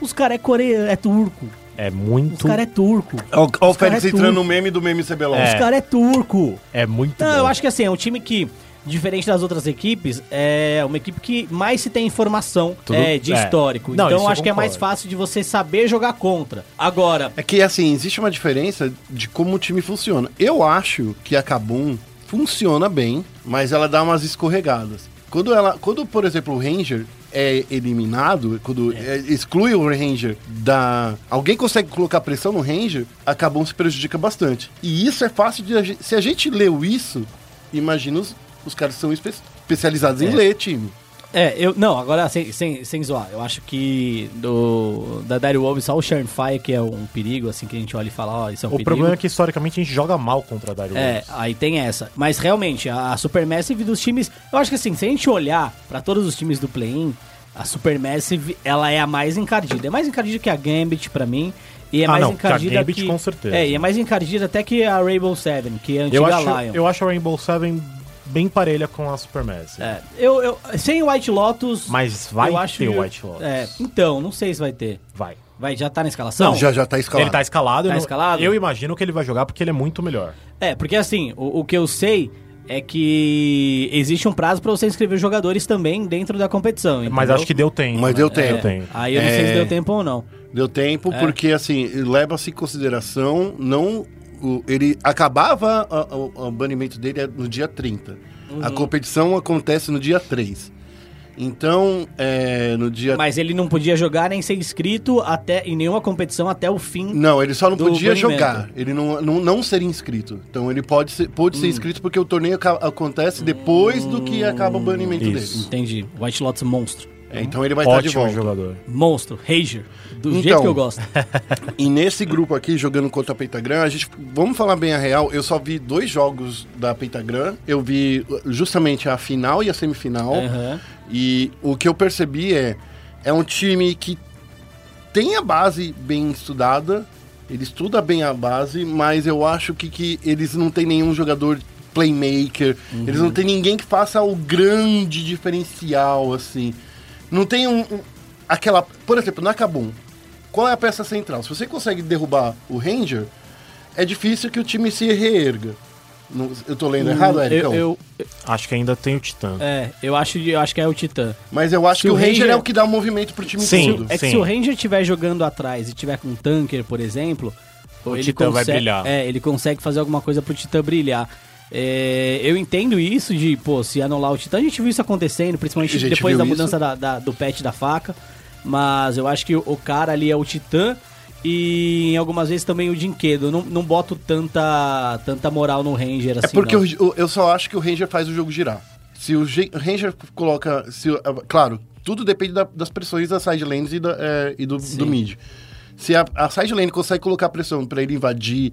Os caras é coreano, é turco.
É
Os
muito.
caras é turco.
Olha o
Os cara
Félix
é
entrando
tudo.
no meme do meme CBLOL.
Os
É.
caras é turco.
É muito
Não,
bom.
eu acho que assim, é um time que, diferente das outras equipes, é uma equipe que mais se tem informação
Tudo-
é, de
é.
histórico.
Não,
então
isso eu
acho que é
concordo.
mais fácil de você saber jogar contra. Agora,
É que, assim, existe uma diferença de como o time funciona. Eu acho que a Kabum funciona bem, mas ela dá umas escorregadas. Quando, ela, quando por exemplo, o Ranger é eliminado, quando é, exclui o Ranger da... Alguém consegue colocar pressão no Ranger, a Kabum se prejudica bastante. E isso é fácil de... a gen- Se a gente leu isso, imagina os, os caras são espe- especializados em ler time.
É, eu. Não, agora sem, sem, sem zoar. Eu acho que do. Da Dire Wolves, só o Sharnfire, que é um perigo, assim, que a gente olha e fala, ó, isso é um
O
perigo.
problema é que historicamente a gente joga mal contra a Dario.
É, aí tem essa. Mas realmente, a, a Supermassive dos times. Eu acho que assim, se a gente olhar pra todos os times do play-in, a Supermassive, ela é a mais encardida. É mais encardida que a Gambit pra mim. E é
Ah,
mais
não, que a
encardida.
Gambit,
que-
com certeza.
É, e é mais encardida até que a Rainbow Seven, que é a antiga
Eu acho,
Lion.
eu acho a Rainbow Seven bem parelha com a Super Massive.
É, eu, eu- sem o White Lotus.
Mas vai
eu acho
ter
que-
o White Lotus.
É, então, não sei se vai ter.
Vai.
Vai, já tá na escalação?
Já já tá escalado.
Ele tá escalado.
Tá
eu não-
escalado?
Eu imagino que ele vai jogar porque ele é muito melhor.
É, porque assim, o, o que eu sei é que existe um prazo pra você inscrever os jogadores também dentro da competição.
Mas
entendeu?
acho que deu tempo. né?
Mas deu tempo.
Deu tempo.
Aí eu não sei se
É.
deu tempo ou não.
Deu tempo,
É.
porque assim, leva-se em consideração, não. o- ele acabava a- a- o, banimento dele é no dia 30. A
Uhum.
competição acontece no dia 3. Então, é, no dia.
Mas ele não podia jogar nem ser inscrito até, em nenhuma competição até o fim.
Não, ele só não
do
podia
banimento.
jogar. Ele não, não, não seria inscrito. Então ele pode ser, pode
Hum.
ser inscrito porque o torneio ca- acontece depois do que acaba o banimento
Isso.
dele.
Entendi. White Lotus monstro.
É, então ele vai estar de
Ótimo
volta.
jogador.
Monstro. Rager. Do
Então.
jeito que eu gosto.
E nesse grupo aqui, jogando contra a Pentagram, a gente, vamos falar bem a real, eu só vi dois jogos da Pentagram. Eu vi uh, justamente a final e a semifinal.
Aham.
E o que eu percebi é, é um time que tem a base bem estudada, ele estuda bem a base, mas eu acho que, que eles não têm nenhum jogador playmaker,
Uhum.
eles não têm ninguém que faça o grande diferencial, assim. Não tem um, um- aquela... Por exemplo, na Kabum, qual é a peça central? Se você consegue derrubar o Ranger, é difícil que o time se reerga. Não- eu tô lendo errado, Ericão?
Hum, Eu, eu,
Acho que ainda tem o Titã.
é, eu, acho, eu acho que é o Titã.
Mas eu acho
Se
que o
o
Ranger,
Ranger-
é o que dá o movimento pro time
Sim.
todo.
É que
Sim.
se o Ranger estiver jogando atrás e tiver com um tanker, por exemplo,
O
ele
Titã vai
consegue-
brilhar.
É, ele consegue fazer alguma coisa pro Titã brilhar. É, eu entendo isso de, pô, se anular o Titã, a gente viu isso acontecendo, principalmente
A gente
depois da
viu
mudança da- da- do patch da faca. Mas eu acho que o- o cara ali é o Titã e em algumas vezes também o Dinquedo. Eu não, não boto tanta, tanta moral no Ranger assim.
É porque
não.
o- o- eu só acho que o Ranger faz o jogo girar. Se o Ge- Ranger coloca. Se, o- ah, claro, tudo depende da- das pressões da side lanes e, da, eh, e do, do mid. Se a, a side lane consegue colocar pressão pra ele invadir,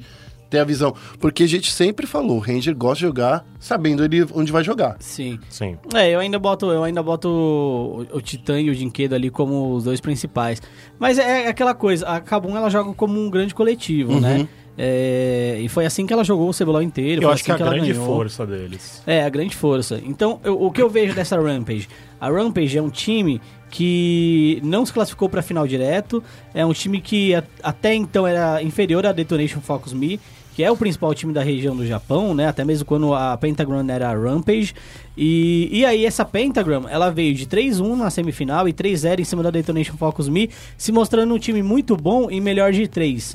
ter a visão. Porque a gente sempre falou, o Ranger gosta de jogar sabendo ele onde vai jogar.
Sim.
Sim.
É, eu ainda boto, eu ainda boto o, o Titã e o Dinquedo ali como os dois principais. Mas é aquela coisa, a Kabum ela joga como um grande
Uhum.
coletivo, né? É, e foi assim que ela jogou o Cebolão inteiro.
Eu
foi
acho
assim
que a
ela
grande
ganhou.
força deles.
É, a grande força. Então, eu- o que eu vejo dessa Rampage? A Rampage é um time que não se classificou para final direto, é um time que a- até então era inferior à Detonation Focus Me, que é o principal time da região do Japão, né? Até mesmo quando a Pentagram era a Rampage. E, e aí, essa Pentagram, ela veio de 3-1 na semifinal e 3-0 em cima da Detonation Focus Me, se mostrando um time muito bom e melhor de 3.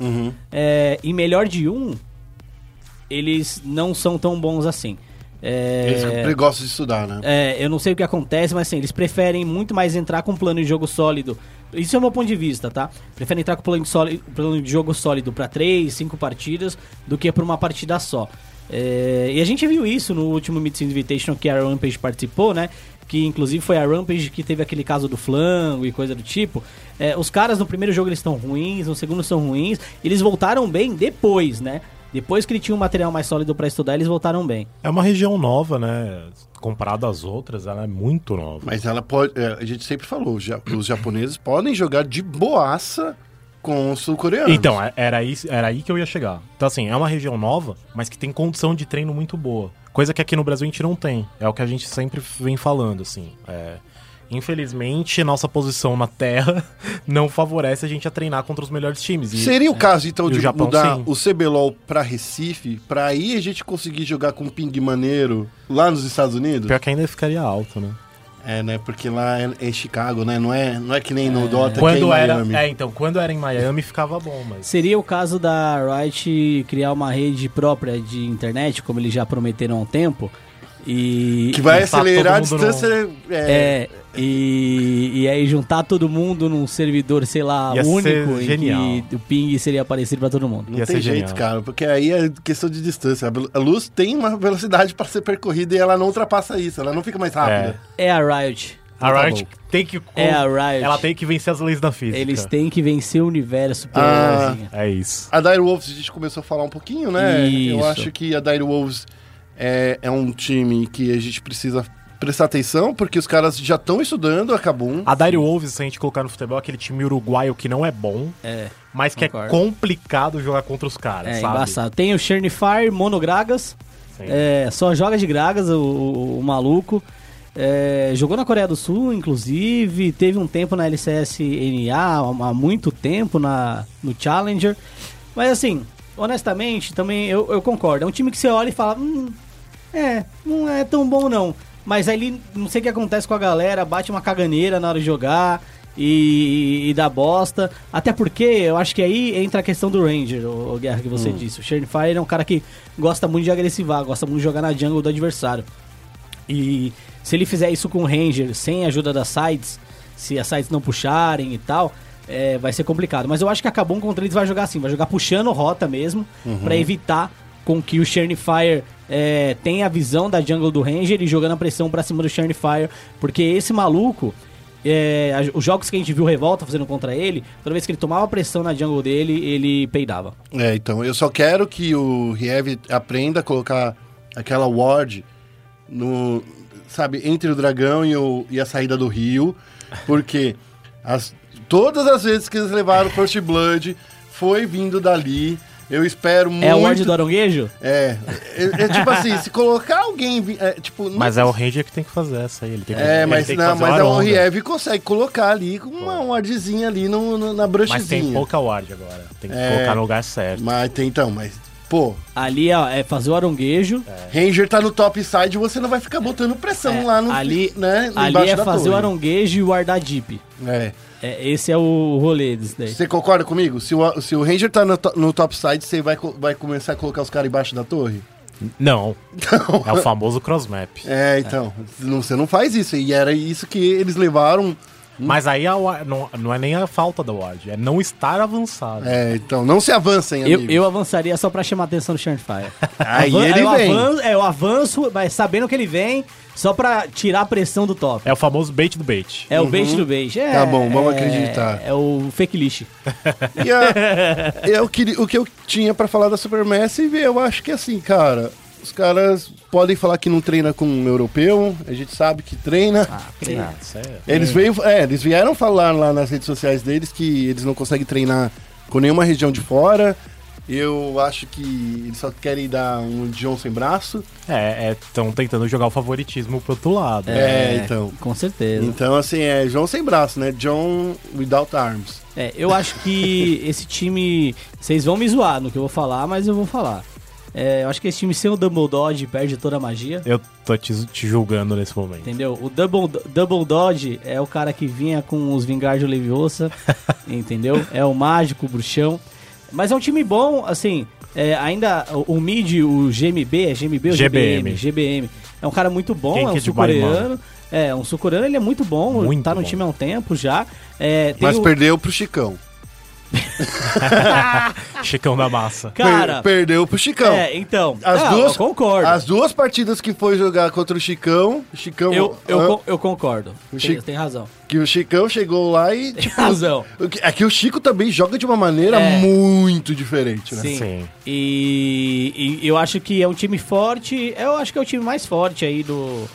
É, e melhor de 1, eles não são tão bons assim. É,
Eles sempre gostam de estudar, né?
é, eu não sei o que acontece, mas assim, eles preferem muito mais entrar com um plano de jogo sólido. Isso é o meu ponto de vista, tá? Preferem entrar com plano de, sólido, plano de jogo sólido pra três, cinco partidas do que pra uma partida só. É, e a gente viu isso no último Mid Invitation que a Rampage participou, né? Que inclusive foi a Rampage que teve aquele caso do flango e coisa do tipo. É, os caras no primeiro jogo eles estão ruins, no segundo são ruins, eles voltaram bem depois, né? Depois que ele tinha um material mais sólido pra estudar, eles voltaram bem.
É uma região nova, né? Comparado às outras, ela é muito nova.
Mas ela pode. é, a gente sempre falou, os ja- os japoneses podem jogar de boaça com os sul-coreanos.
Então, é- era aí, era aí que eu ia chegar. Então, assim, é uma região nova, mas que tem condição de treino muito boa. Coisa que aqui no Brasil a gente não tem. É o que a gente sempre vem falando, assim. É, Infelizmente, nossa posição na Terra não favorece a gente a treinar contra os melhores times. E é.
Seria o caso, então,
E o
de
Japão,
mudar
sim.
o CBLOL pra Recife, pra aí a gente conseguir jogar com ping maneiro lá nos Estados Unidos?
Pior que ainda ficaria alto, né?
É, né? Porque lá é, é Chicago, né? Não é, não é que nem no Dota, que é em
Quando era,
Miami.
é, então, quando era em Miami ficava bom, mas
Seria o caso da Riot criar uma rede própria de internet, como eles já prometeram há um tempo. E.
Que vai
Tá todo
acelerar a
mundo
distância... É,
É, e, e aí juntar todo mundo num servidor, sei lá,
Ia ser
único, em
genial.
que o ping seria parecido pra todo mundo.
não
ia
tem
ser
jeito,
genial.
cara. Porque aí é questão de distância. A velo- A luz tem uma velocidade pra ser percorrida e ela não ultrapassa isso. Ela não fica mais rápida.
É a Riot.
a Riot tem que
tá É a Riot.
ela tem que vencer as leis da física.
Eles têm que vencer o universo
Ah.
pela ah.
É isso.
A Dire Wolves a gente começou a falar um pouquinho, né? Eu
Isso.
acho que a Dire Wolves é, é um time que a gente precisa prestar atenção, porque os caras já estão estudando a Kabum.
Ah.
A Dire Wolves, se a gente colocar no futebol, é aquele time uruguaio que não é bom,
É,
mas que
concordo.
é complicado jogar contra os caras,
é
sabe?
embaçado. Tem o Chernifire, Monogragas, É, só joga de gragas o, o- o maluco. É, jogou na Coreia do Sul, inclusive, teve um tempo na LCSNA, há há muito tempo na, no Challenger. Mas assim, honestamente, também eu, eu concordo. É um time que você olha e fala, hum, é, não é tão bom não. Mas aí ele- não sei o que acontece com a galera, bate uma caganeira na hora de jogar e, e dá bosta. Até porque eu acho que aí entra a questão do Ranger, o, Guerra, que você disse. O Fire é um cara que gosta muito de agressivar, gosta muito de jogar na jungle do adversário. E se ele fizer isso com o Ranger, sem a ajuda das sides, se as sides não puxarem e tal, é, vai ser complicado. Mas eu acho que acabou Kabum contra eles vai jogar assim, vai jogar puxando rota mesmo, pra evitar com que o Churnfire é, tenha a visão da jungle do Ranger e jogando a pressão pra cima do Churnfire, porque esse maluco... é, a- os jogos que a gente viu o Revolta fazendo contra ele, toda vez que ele tomava pressão na jungle dele, ele peidava.
É, então, eu só quero que o Riev aprenda a colocar aquela ward no, sabe, entre o dragão e, o- e a saída do rio, porque as- todas as vezes que eles levaram First Blood foi vindo dali. Eu espero muito.
É o Ward do Aronguejo?
É, é, é tipo assim, se colocar alguém, vi- é, tipo, não-
Mas é o Ranger que tem que fazer essa aí. Ele tem que,
É,
ele
mas,
tem que
não,
fazer
mas
uma
a
ronda.
Oriev consegue colocar ali com uma wardzinha ali no, no- na brushzinha.
Mas tem pouca ward agora. Tem que
É.
colocar no lugar certo.
Mas tem então, mas. Pô,
Ali ó, é fazer o Aronguejo,
Ranger tá no top side, você não vai ficar botando pressão
É,
lá no
ali,
né,
ali
embaixo
é
da
fazer
torre.
o aronguejo e guardar jeep.
É.
É, esse é o rolê desse daí.
Você concorda comigo? Se o, se o Ranger tá no, to- no top side, você vai, co- vai começar a colocar os caras embaixo da torre?
Não. É o famoso crossmap.
É, então. não- você não faz isso. E era isso que eles levaram.
Mas aí a wa- não, não é nem a falta da ward. É não estar avançado.
É, então, não se avancem,
Eu,
amigos.
eu avançaria só pra chamar a atenção do Shandfire.
Aí ele
eu
vem.
Avanço, é, eu avanço, mas sabendo que ele vem, só pra tirar a pressão do top.
É o famoso bait do bait.
É, o bait do bait. É,
Uhum. Tá bom, vamos
é-
acreditar.
É o fake list.
E a- eu queria, o que eu tinha pra falar da Supermassive, eu acho que assim, cara, os caras podem falar que não treina com um europeu, a gente sabe que treina.
Tá,
Ah, isso é-
eles, veio, é, eles vieram falar lá nas redes sociais deles que eles não conseguem treinar com nenhuma região de fora. Eu acho que eles só querem dar um John sem braço.
É, estão tentando jogar o favoritismo pro outro lado. né?
É, então.
Com certeza.
Então, assim, é John sem braço, né? John without arms.
É, eu acho que esse time. Vocês vão me zoar no que eu vou falar, mas eu vou falar. É, eu acho que esse time sem o Dumbledore perde toda a magia.
Eu tô te, te julgando nesse momento.
Entendeu? O Double, Double Dodge é o cara que vinha com os Vingardium Leviosa, entendeu? É o mágico, o bruxão. Mas é um time bom, assim, é, ainda o, o mid, o GMB, é GMB ou GBM?
GBM?
GBM. É um cara muito bom,
Quem
é
que
um
é de Bariman?
sul-coreano. É, um sul-coreano, ele é muito bom,
Muito
tá no
bom.
time há um tempo já. É, tem
Mas
o-
perdeu pro Chicão.
Chicão da massa.
Cara,
Per- perdeu pro Chicão.
é, então,
As
não,
duas,
eu concordo.
As duas partidas que foi jogar contra o Chicão, Chicão
Eu, eu,
ah,
con- eu concordo.
O
Tem,
Chico-
tem razão.
que o Chicão chegou lá e
Tem
tipo,
razão.
o que- é que o Chico também joga de uma maneira
É.
muito diferente, né?
Sim.
Sim.
E, e eu acho que é um time forte. Eu acho que é o time mais forte aí do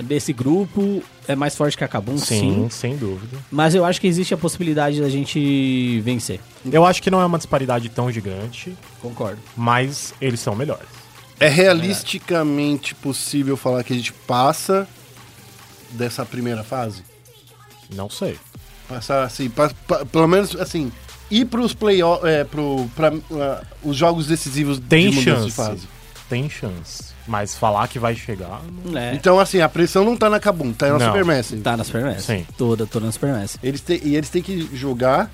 desse grupo. É mais forte que a Kabum, sim.
Sim, sem dúvida.
Mas eu acho que existe a possibilidade da gente vencer.
Eu acho que não é uma disparidade tão gigante,
Concordo.
mas eles são melhores.
É realisticamente possível falar que a gente passa dessa primeira fase?
Não sei.
Passar assim, pa- pa- pelo menos assim, ir pros playoffs, é, pro, pra, ah, os jogos decisivos
Tem
de mudança
chance.
de fase.
Tem chance. Mas falar que vai chegar. não-
É.
Então, assim, a pressão não tá na Kabum, tá na
Não.
Supermassive.
Tá na Supermass.
Sim.
Toda, toda na Supermass.
Eles te- e eles têm que jogar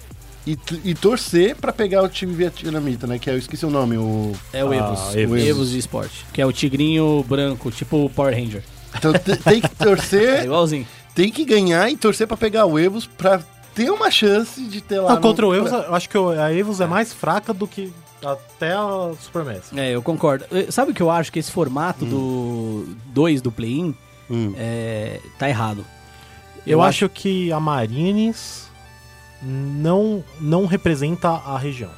e, t- e torcer pra pegar o time vietnamita, né? Que é, eu esqueci o nome, o...
É o
Ah,
Evos.
Evos.
O Evos de esporte. Que é o tigrinho branco, tipo o Power Ranger.
Então te- tem que
É
torcer,
igualzinho.
tem que ganhar e torcer pra pegar o Evos pra ter uma chance de ter lá...
Não,
no-
contra o Evos,
pra-
eu acho que o- a Evos é mais fraca do que até a Supermassive.
É, eu concordo. Eh, Sabe o que eu acho? Que esse formato do 2 do play-in é, tá errado.
Eu, acho que a Marines não, não representa a região.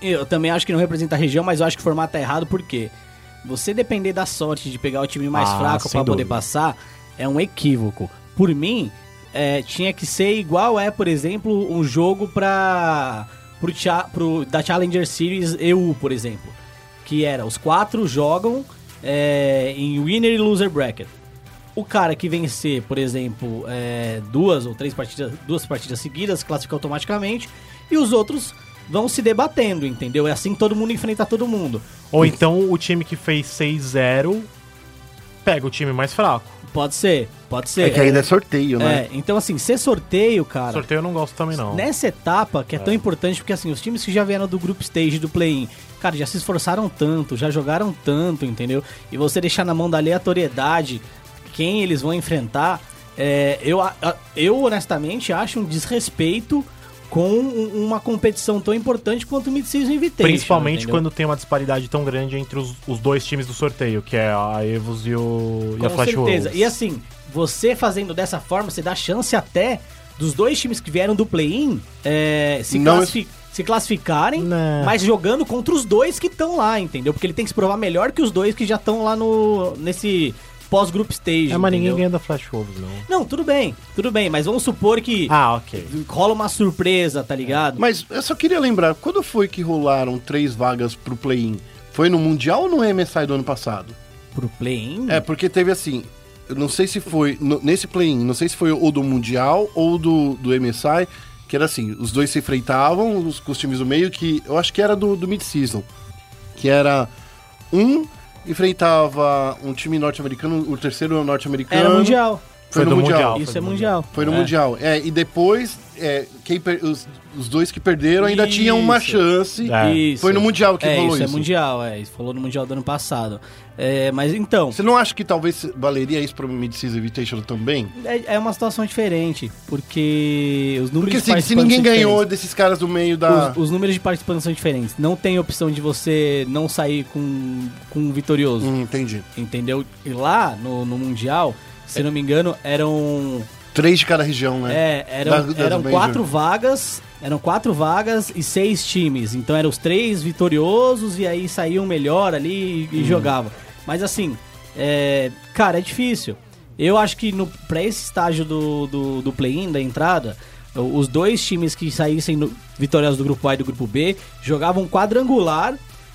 Eu também acho que não representa a região, mas eu acho que o formato tá errado porque você depender da sorte de pegar o time mais
Ah,
fraco
sem
pra poder
dúvida.
passar é um equívoco. Por mim, é, tinha que ser igual é, por exemplo, um jogo pra, pro, cha- pro- da Challenger Series EU, por exemplo. Que era, os quatro jogam é, em winner e loser bracket. O cara que vencer, por exemplo, é, duas ou três partidas, duas partidas seguidas, classifica automaticamente, e os outros vão se debatendo, entendeu? É assim que todo mundo enfrenta todo mundo.
Ou então o time que fez 6-0 pega o time mais fraco.
Pode ser, pode ser.
É que ainda é sorteio, né?
É, então assim, ser sorteio, cara.
Sorteio eu não gosto também, não.
Nessa etapa, que é, tão importante, porque assim, os times que já vieram do group stage do play-in, cara, já se esforçaram tanto, já jogaram tanto, entendeu? E você deixar na mão da aleatoriedade quem eles vão enfrentar, é, eu, a- a- eu honestamente acho um desrespeito com um- uma competição tão importante quanto o Mid-Season Invitation.
Principalmente
entendeu?
quando tem uma disparidade tão grande entre os, os dois times do sorteio, que é a Evos e, o, e a
Com
Flash
certeza.
Wolves.
E assim, você fazendo dessa forma, você dá chance até dos dois times que vieram do play-in é, se,
Não-
classifi- se classificarem,
Né.
mas jogando contra os dois que estão lá, entendeu? Porque ele tem que se provar melhor que os dois que já estão lá no nesse pós-group stage.
É, mas ninguém
entendeu?
ganha da Flash Wolves, não.
Não, tudo bem, tudo bem, mas vamos supor que
Ah, ok.
rola uma surpresa, tá ligado?
Mas eu só queria lembrar, quando foi que rolaram três vagas pro play-in? Foi no Mundial ou no MSI do ano passado?
Pro play-in?
É, porque teve assim. Eu não sei se foi. no- nesse play-in, não sei se foi ou do Mundial ou do, do MSI, que era assim, os dois se enfrentavam, os, com os times do meio, que eu acho que era do, do mid-season. Que era um enfrentava um time norte-americano, o terceiro é o norte-americano.
Era mundial.
Foi, no
do
mundial.
Mundial.
Isso
foi
é
do
mundial.
Foi no Mundial. É, e depois, é, quem per- os, os dois que perderam ainda tinham uma
Isso.
chance.
É.
Isso.
Foi no Mundial que
é,
rolou
isso. É
isso.
mundial, é. Isso falou no mundial do ano passado. É, mas então,
Você não acha que talvez valeria isso pro Mid-Season Invitational também?
É, é uma situação diferente, porque os números
Porque
de
se, se
participantes
ninguém
são diferentes.
ganhou desses caras do meio da.
Os, os números de participantes são diferentes. Não tem opção de você não sair com, com um vitorioso,
Hum, entendi.
entendeu? E lá no, no Mundial, se
É.
não me engano, eram.
Três de cada região, né?
É, eram,
Da- da-
eram
do Major.
quatro vagas. Eram quatro vagas e seis times. Então eram os três vitoriosos e aí saíam melhor ali
Uhum.
e, e jogavam. Mas assim, é, cara, é difícil. Eu acho que no, pra esse estágio do, do, do play-in, da entrada, o- os dois times que saíssem no- vitoriosos do grupo A e do grupo B jogavam quadrangular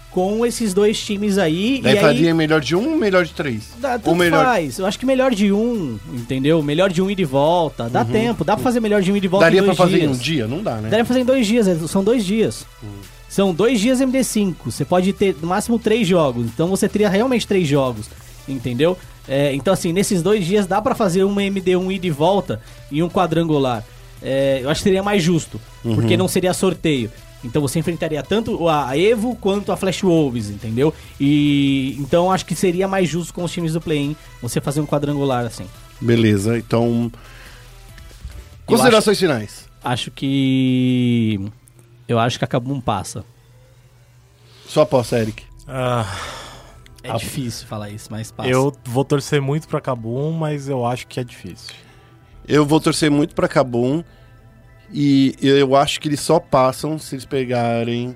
com esses dois times aí.
Daí
e aí,
faria melhor de um, melhor de três.
Dá,
Ou
tanto
melhor.
faz. Eu acho que melhor de um, entendeu? Melhor de um ir de volta. Dá tempo. Dá pra fazer melhor de um ir de volta
Uhum. Daria
em
pra
dois
fazer em um
dias.
dia? Não dá, né?
Daria pra fazer em dois dias. é, São dois dias. São dois dias MD5. Você pode ter no máximo três jogos. Então você teria realmente três jogos. Entendeu? É, então, assim, nesses dois dias dá pra fazer um uma MD1 ir de volta e um quadrangular. É, eu acho que seria mais justo. Porque não seria sorteio. Então você enfrentaria tanto a Evo quanto a Flash Wolves, entendeu? E então acho que seria mais justo com os times do play-in você fazer um quadrangular assim.
Beleza, então. Considerações finais.
Acho que eu acho que acabou um passa.
Só aposta, Eric.
Ah,
É difícil falar isso, mas passa.
Tá. eu vou torcer muito pra Kabum, mas eu acho que é difícil.
Eu vou torcer muito pra Kabum. E eu acho que eles só passam se eles pegarem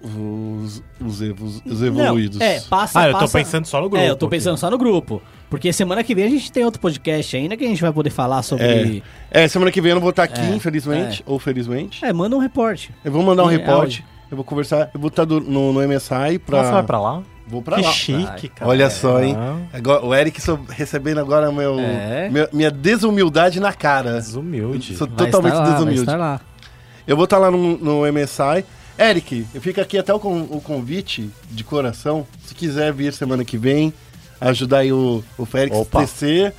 os, os, evos- os evoluídos.
Não, é, passa,
ah, eu tô
passa-
pensando só no grupo.
É, eu tô
aqui.
pensando só no grupo. Porque semana que vem a gente tem outro podcast ainda que a gente vai poder falar sobre.
É, semana que vem eu não vou estar aqui, infelizmente, ou felizmente.
É, manda um reporte.
Eu vou mandar um
É,
reporte.
áudio.
Eu vou conversar, eu vou estar do- no, no MSI pra.
Nossa, vai pra lá?
Vou pra
que
lá.
chique, cara.
Olha só, hein?
Ah.
Agora, o Eric sou- recebendo agora meu,
É.
meu- minha desumildade na cara.
Desumilde.
Sou
Vai
totalmente
estar lá,
desumilde.
Vai estar lá.
Eu vou estar lá no, no MSI. Eric, eu fico aqui até o, con- o convite de coração. Se quiser vir semana que vem, ajudar aí o, o Félix
Opa.
TC.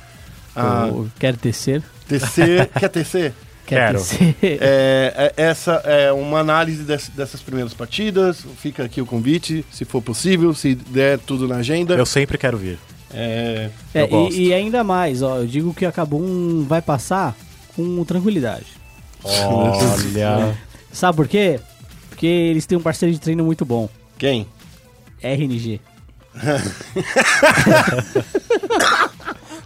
Ah.
a-
Eu Quero tecer.
TC. Quer TC?
Quero.
tecer.
É, é- essa é uma análise des- dessas primeiras partidas. Fica aqui o convite, se for possível, se der tudo na agenda.
Eu sempre quero vir.
É,
É,
Eu gosto.
e, e ainda mais, ó, eu digo que acabou um. Vai passar com tranquilidade.
Olha.
Sabe por quê? Porque eles têm um parceiro de treino muito bom.
Quem?
RNG.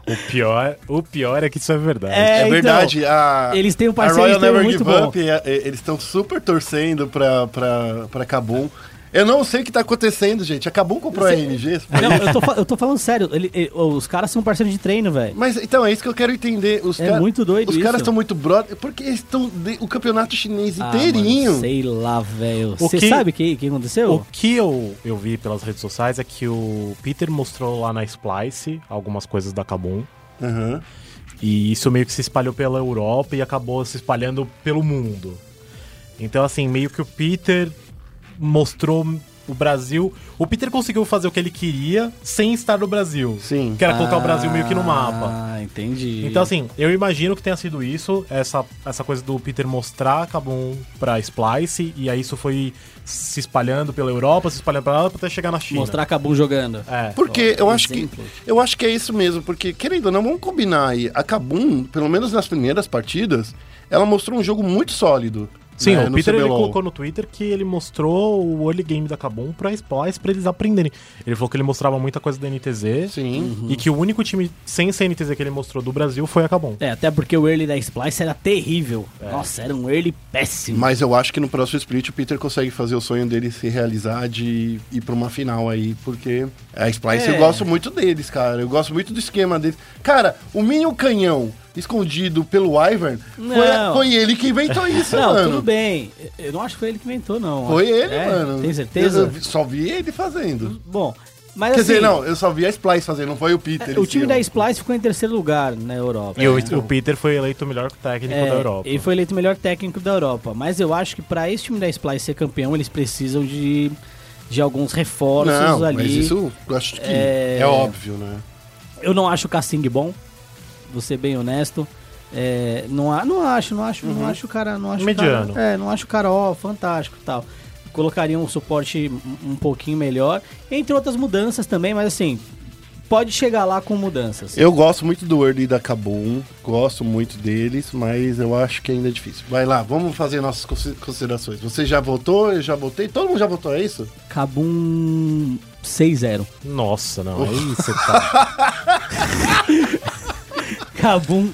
o, pior, o pior é que isso é verdade.
É,
É,
então,
verdade. A,
Ah,
eles têm um
a
parceiro
Royal
de treino
Never
muito
Give
bom.
Up, é, é, eles estão super torcendo pra, pra, pra Kabum. Eu não sei o que tá acontecendo, gente. Acabou com o AMG.
Não, eu tô, fa- eu tô falando sério. ele- ele- os caras são parceiros de treino, velho.
Mas então é isso que eu quero entender. Os
É muito doido
Os
isso.
caras estão muito brother. Porque eles estão de- o campeonato chinês
Ah,
inteirinho.
mano, sei lá, velho.
O
Você
que-
sabe o que, que aconteceu?
O que eu, eu vi pelas redes sociais é que o Peter mostrou lá na Splice algumas coisas da Kabum.
Aham.
E isso meio que se espalhou pela Europa e acabou se espalhando pelo mundo. Então, assim, meio que o Peter mostrou o Brasil. O Peter conseguiu fazer o que ele queria sem estar no Brasil.
Sim.
Que era colocar o Brasil meio que no mapa.
Ah, entendi.
Então, assim, eu imagino que tenha sido isso, essa, essa coisa do Peter mostrar a Kabum pra Splice, e aí isso foi se espalhando pela Europa, se espalhando pra lá, até chegar na China.
Mostrar Cabum jogando.
É.
Porque eu acho que
um exemplo.
eu acho que é isso mesmo, porque querendo ou não, vamos combinar aí. A Kabum, pelo menos nas primeiras partidas, ela mostrou um jogo muito sólido.
Sim,
né,
o
no
Peter ele
CBLOL.
colocou no Twitter que ele mostrou o early game da Kabum pra Splice pra eles aprenderem. Ele falou que ele mostrava muita coisa da NTZ
Uhum.
Sim.
e que o único time sem ser NTZ que ele mostrou do Brasil foi a Kabum.
É, até porque o early da Splice era terrível. Nossa, era um early péssimo.
É. Mas eu acho que no próximo split o Peter consegue fazer o sonho dele se realizar de ir pra uma final aí, porque a Splice
É.
eu gosto muito deles, cara. Eu gosto muito do esquema deles. Cara, o Minion Canhão escondido pelo Ivern foi,
Não.
foi ele que inventou isso,
Não,
mano.
tudo bem. Eu não acho que foi ele que inventou, não.
Foi ele,
É,
mano.
Tem certeza?
Eu só vi ele fazendo.
Bom, mas
Quer
assim, É,
dizer, não, eu só vi a Splice fazendo, não foi o Peter. em
o time
si,
da
ó.
Splice ficou em terceiro lugar na Europa.
E o,
né?
o Peter foi eleito o melhor técnico
É,
da Europa.
Ele foi eleito o melhor técnico da Europa. Mas eu acho que pra esse time da Splice ser campeão, eles precisam de, de alguns reforços
Não,
ali.
mas isso eu acho que
É.
é, óbvio, né?
Eu não acho o Kassing bom, vou ser bem honesto. É, não, a- não acho, não acho,
Uhum.
não acho o cara. Não acho o
Mediano.
cara- é, não acho o cara, ó, fantástico e tal. Colocaria um suporte um- um pouquinho melhor, entre outras mudanças também, mas assim, pode chegar lá com mudanças.
Eu gosto muito do Early da Kabum, gosto muito deles, mas eu acho que ainda é difícil. Vai lá, vamos fazer nossas consi- considerações. Você já votou? Eu já votei? Todo mundo já votou, é isso?
Cabum 6-0.
Nossa, não. Aí você tá.
Cabum,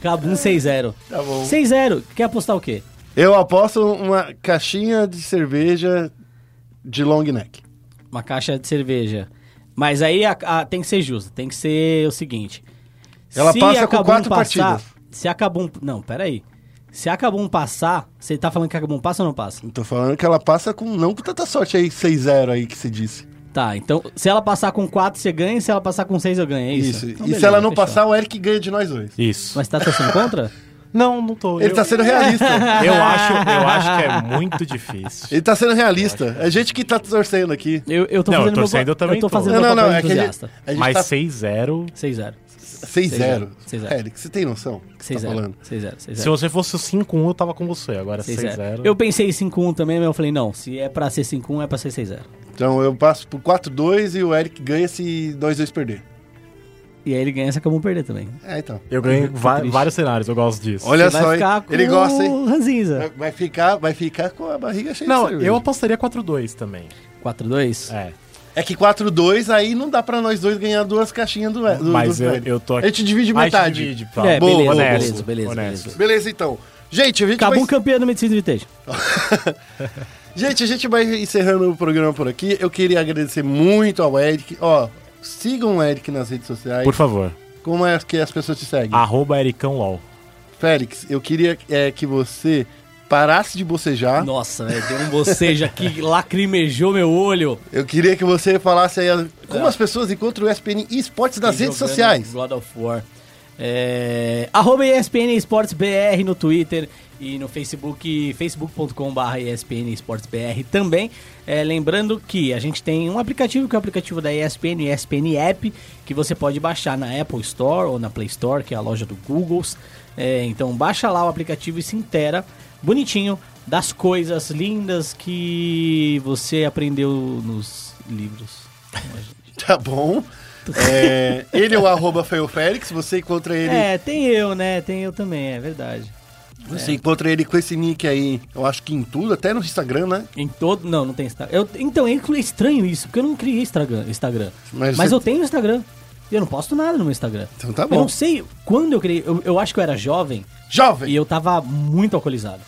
Cabum 6-0.
Tá bom.
6-0, quer apostar o quê?
Eu aposto uma caixinha de cerveja de long neck.
Uma caixa de cerveja. Mas aí a- a- tem que ser justo, tem que ser o seguinte.
Ela passa
a
com
Kabum
quatro partidas.
Se acabou Não, peraí. Se acabou um passar, você tá falando que acabou um passa ou não passa?
Eu Tô falando que ela passa com não com tanta sorte aí, 6-0 aí que você disse.
Tá, então se ela passar com 4, você ganha, e se ela passar com 6, eu ganho, é isso?
Isso.
Então,
e se
beleza,
ela não
fechou.
passar, o Eric ganha de nós dois.
Isso.
Mas tá torcendo contra?
Não, não tô.
Ele
eu,
tá sendo realista.
eu acho, eu acho que é muito difícil.
Ele tá sendo realista. É gente que tá torcendo aqui.
Eu, eu tô
Não, eu
fazendo meu
torcendo,
pa-
eu também
tô
tô.
fazendo
Não,
meu
não, não.
papel
É
de
que a gente,
entusiasta.
a gente
Mas
tá
6-0.
6-0.
6-0.
6-0.
Eric, você tem noção? do que você
6-0.
Tá falando.
6-0. 6-0.
Se você fosse o 5-1, eu tava com você. Agora
6-0.
6-0.
Eu pensei em 5-1 também, mas eu falei, não, se é pra ser 5-1, é pra ser 6-0.
Então eu passo por 4-2 e o Eric ganha se 2-2 perder.
E aí ele ganha, se acabou perder também.
É, então.
Eu ganho va-
triste.
vários cenários, eu gosto disso.
Olha
Você
só,
vai
hein?
ficar com
Ele gosta, hein? É.
Ranzinza.
Vai ficar, vai ficar com a barriga cheia
É. Não,
de cerveja.
eu apostaria 4-2 também.
4-2?
É.
É que 4-2 aí não dá pra nós dois ganhar duas caixinhas do, do
Mas
do
eu,
Eric.
eu tô aqui.
A gente divide
Ah, a gente
metade.
divide, tá.
É,
Boa,
beleza,
honesto,
beleza, beleza,
honesto.
beleza.
Beleza, então. Gente, a gente
Acabou um
vai...
campeão do Medicina de Vintage.
Gente, a gente vai encerrando o programa por aqui. Eu queria agradecer muito ao Eric. Ó, sigam o Eric nas redes sociais.
Por Ah. favor.
Como é que as pessoas te seguem?
Arroba EricãoLol.
Félix, eu queria é, que você parasse de bocejar.
Nossa, velho, deu um bocejo aqui, lacrimejou meu olho.
Eu queria que você falasse aí a- como as pessoas encontram o ESPN e esportes nas redes
Jogando
sociais.
God of War. É, arroba ESPN Esportes BR no Twitter e no Facebook, facebook.com.br ESPN Esportes BR também. É, lembrando que a gente tem um aplicativo que é o aplicativo da ESPN, o ESPN App, que você pode baixar na Apple Store ou na Play Store, que é a loja do Googles. É, então baixa lá o aplicativo e se intera bonitinho das coisas lindas que você aprendeu nos livros.
Tá bom. É, ele é o arroba Fael Félix, você encontra ele.
É, tem eu, né? Tem eu também, é verdade.
Você encontra ele com esse nick aí, eu acho que em tudo, até no Instagram, né?
Em todo. Não, não tem Instagram. Eu- então, é inclu- é estranho isso, porque eu não criei Instagram. Instagram.
Mas
Mas,
você-
eu tenho Instagram. E eu não posto nada no meu Instagram.
Então tá
Eu
bom.
não sei quando eu criei. Eu, eu acho que eu era jovem
Jovem!
e eu tava muito alcoolizado.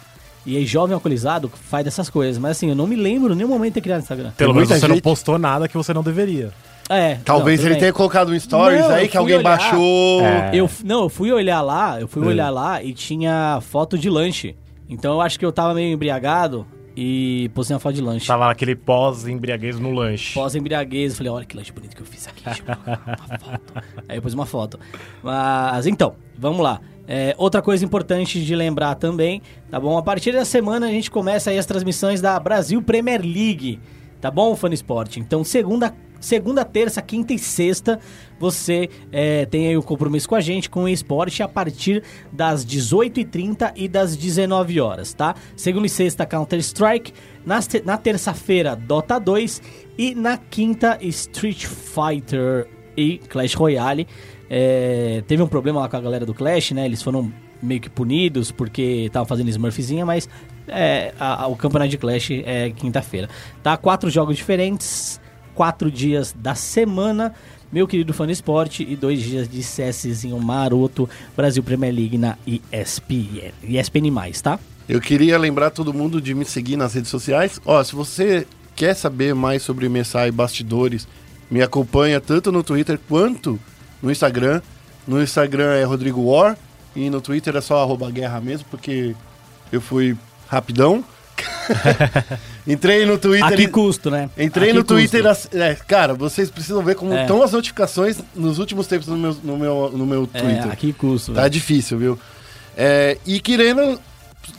E aí, jovem alcoolizado faz dessas coisas. Mas assim, eu não me lembro em nenhum momento de ter criado Instagram.
Pelo menos
muita
você não
gente-
postou nada que você não deveria.
É.
Talvez
não, tudo
ele
bem.
tenha colocado um stories
Não, eu
aí
fui
que alguém
olhar.
baixou.
É.
Eu, f- não, eu fui olhar lá, eu fui
É.
olhar lá e tinha foto de lanche. Então eu acho que eu tava meio embriagado e postei uma foto de lanche.
Tava aquele pós-embriaguez no lanche.
Pós-embriaguez, eu falei, olha que lanche bonito que eu fiz aqui. Deixa eu colocar uma foto. Aí eu pus uma foto. Mas então, vamos lá. É, outra coisa importante de lembrar também, tá bom? A partir da semana a gente começa aí as transmissões da Brasil Premier League, tá bom, Fã Esporte? Então, segunda, segunda, terça, quinta e sexta, você é, tem aí o compromisso com a gente, com o esporte, a partir das 18h30 e das 19 horas, tá? Segunda e sexta, Counter-Strike. Na, se- na terça-feira, Dota 2. E na quinta, Street Fighter e Clash Royale. É, teve um problema lá com a galera do Clash, né? Eles foram meio que punidos porque estavam fazendo Smurfzinha, mas é, a- a- o campeonato de Clash é quinta-feira. Tá? Quatro jogos diferentes, quatro dias da semana. Meu querido fã do esporte e dois dias de CSzinho maroto, Brasil Premier League na ESPN, ESPN+, tá?
Eu queria lembrar todo mundo de me seguir nas redes sociais. Ó, se você quer saber mais sobre MSI bastidores, me acompanha tanto no Twitter quanto no Instagram. No Instagram é Rodrigo War e no Twitter é só arroba guerra mesmo, porque eu fui rapidão. Entrei no Twitter.
A que
e-
custo, né?
Entrei
A que
no Twitter.
custo?
ass- é, cara, vocês precisam ver como
É.
estão as notificações nos últimos tempos no meu, no meu, no meu
É,
Twitter.
a que custo,
Tá
velho?
difícil, viu? É, e querendo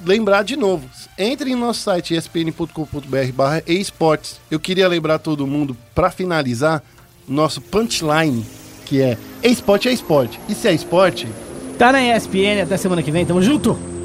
lembrar de novo, entre em nosso site espn.com.br barra esportes. Eu queria lembrar todo mundo, para finalizar, nosso punchline, que é esporte é esporte. E se é esporte,
Tá na ESPN, até semana que vem, tamo junto!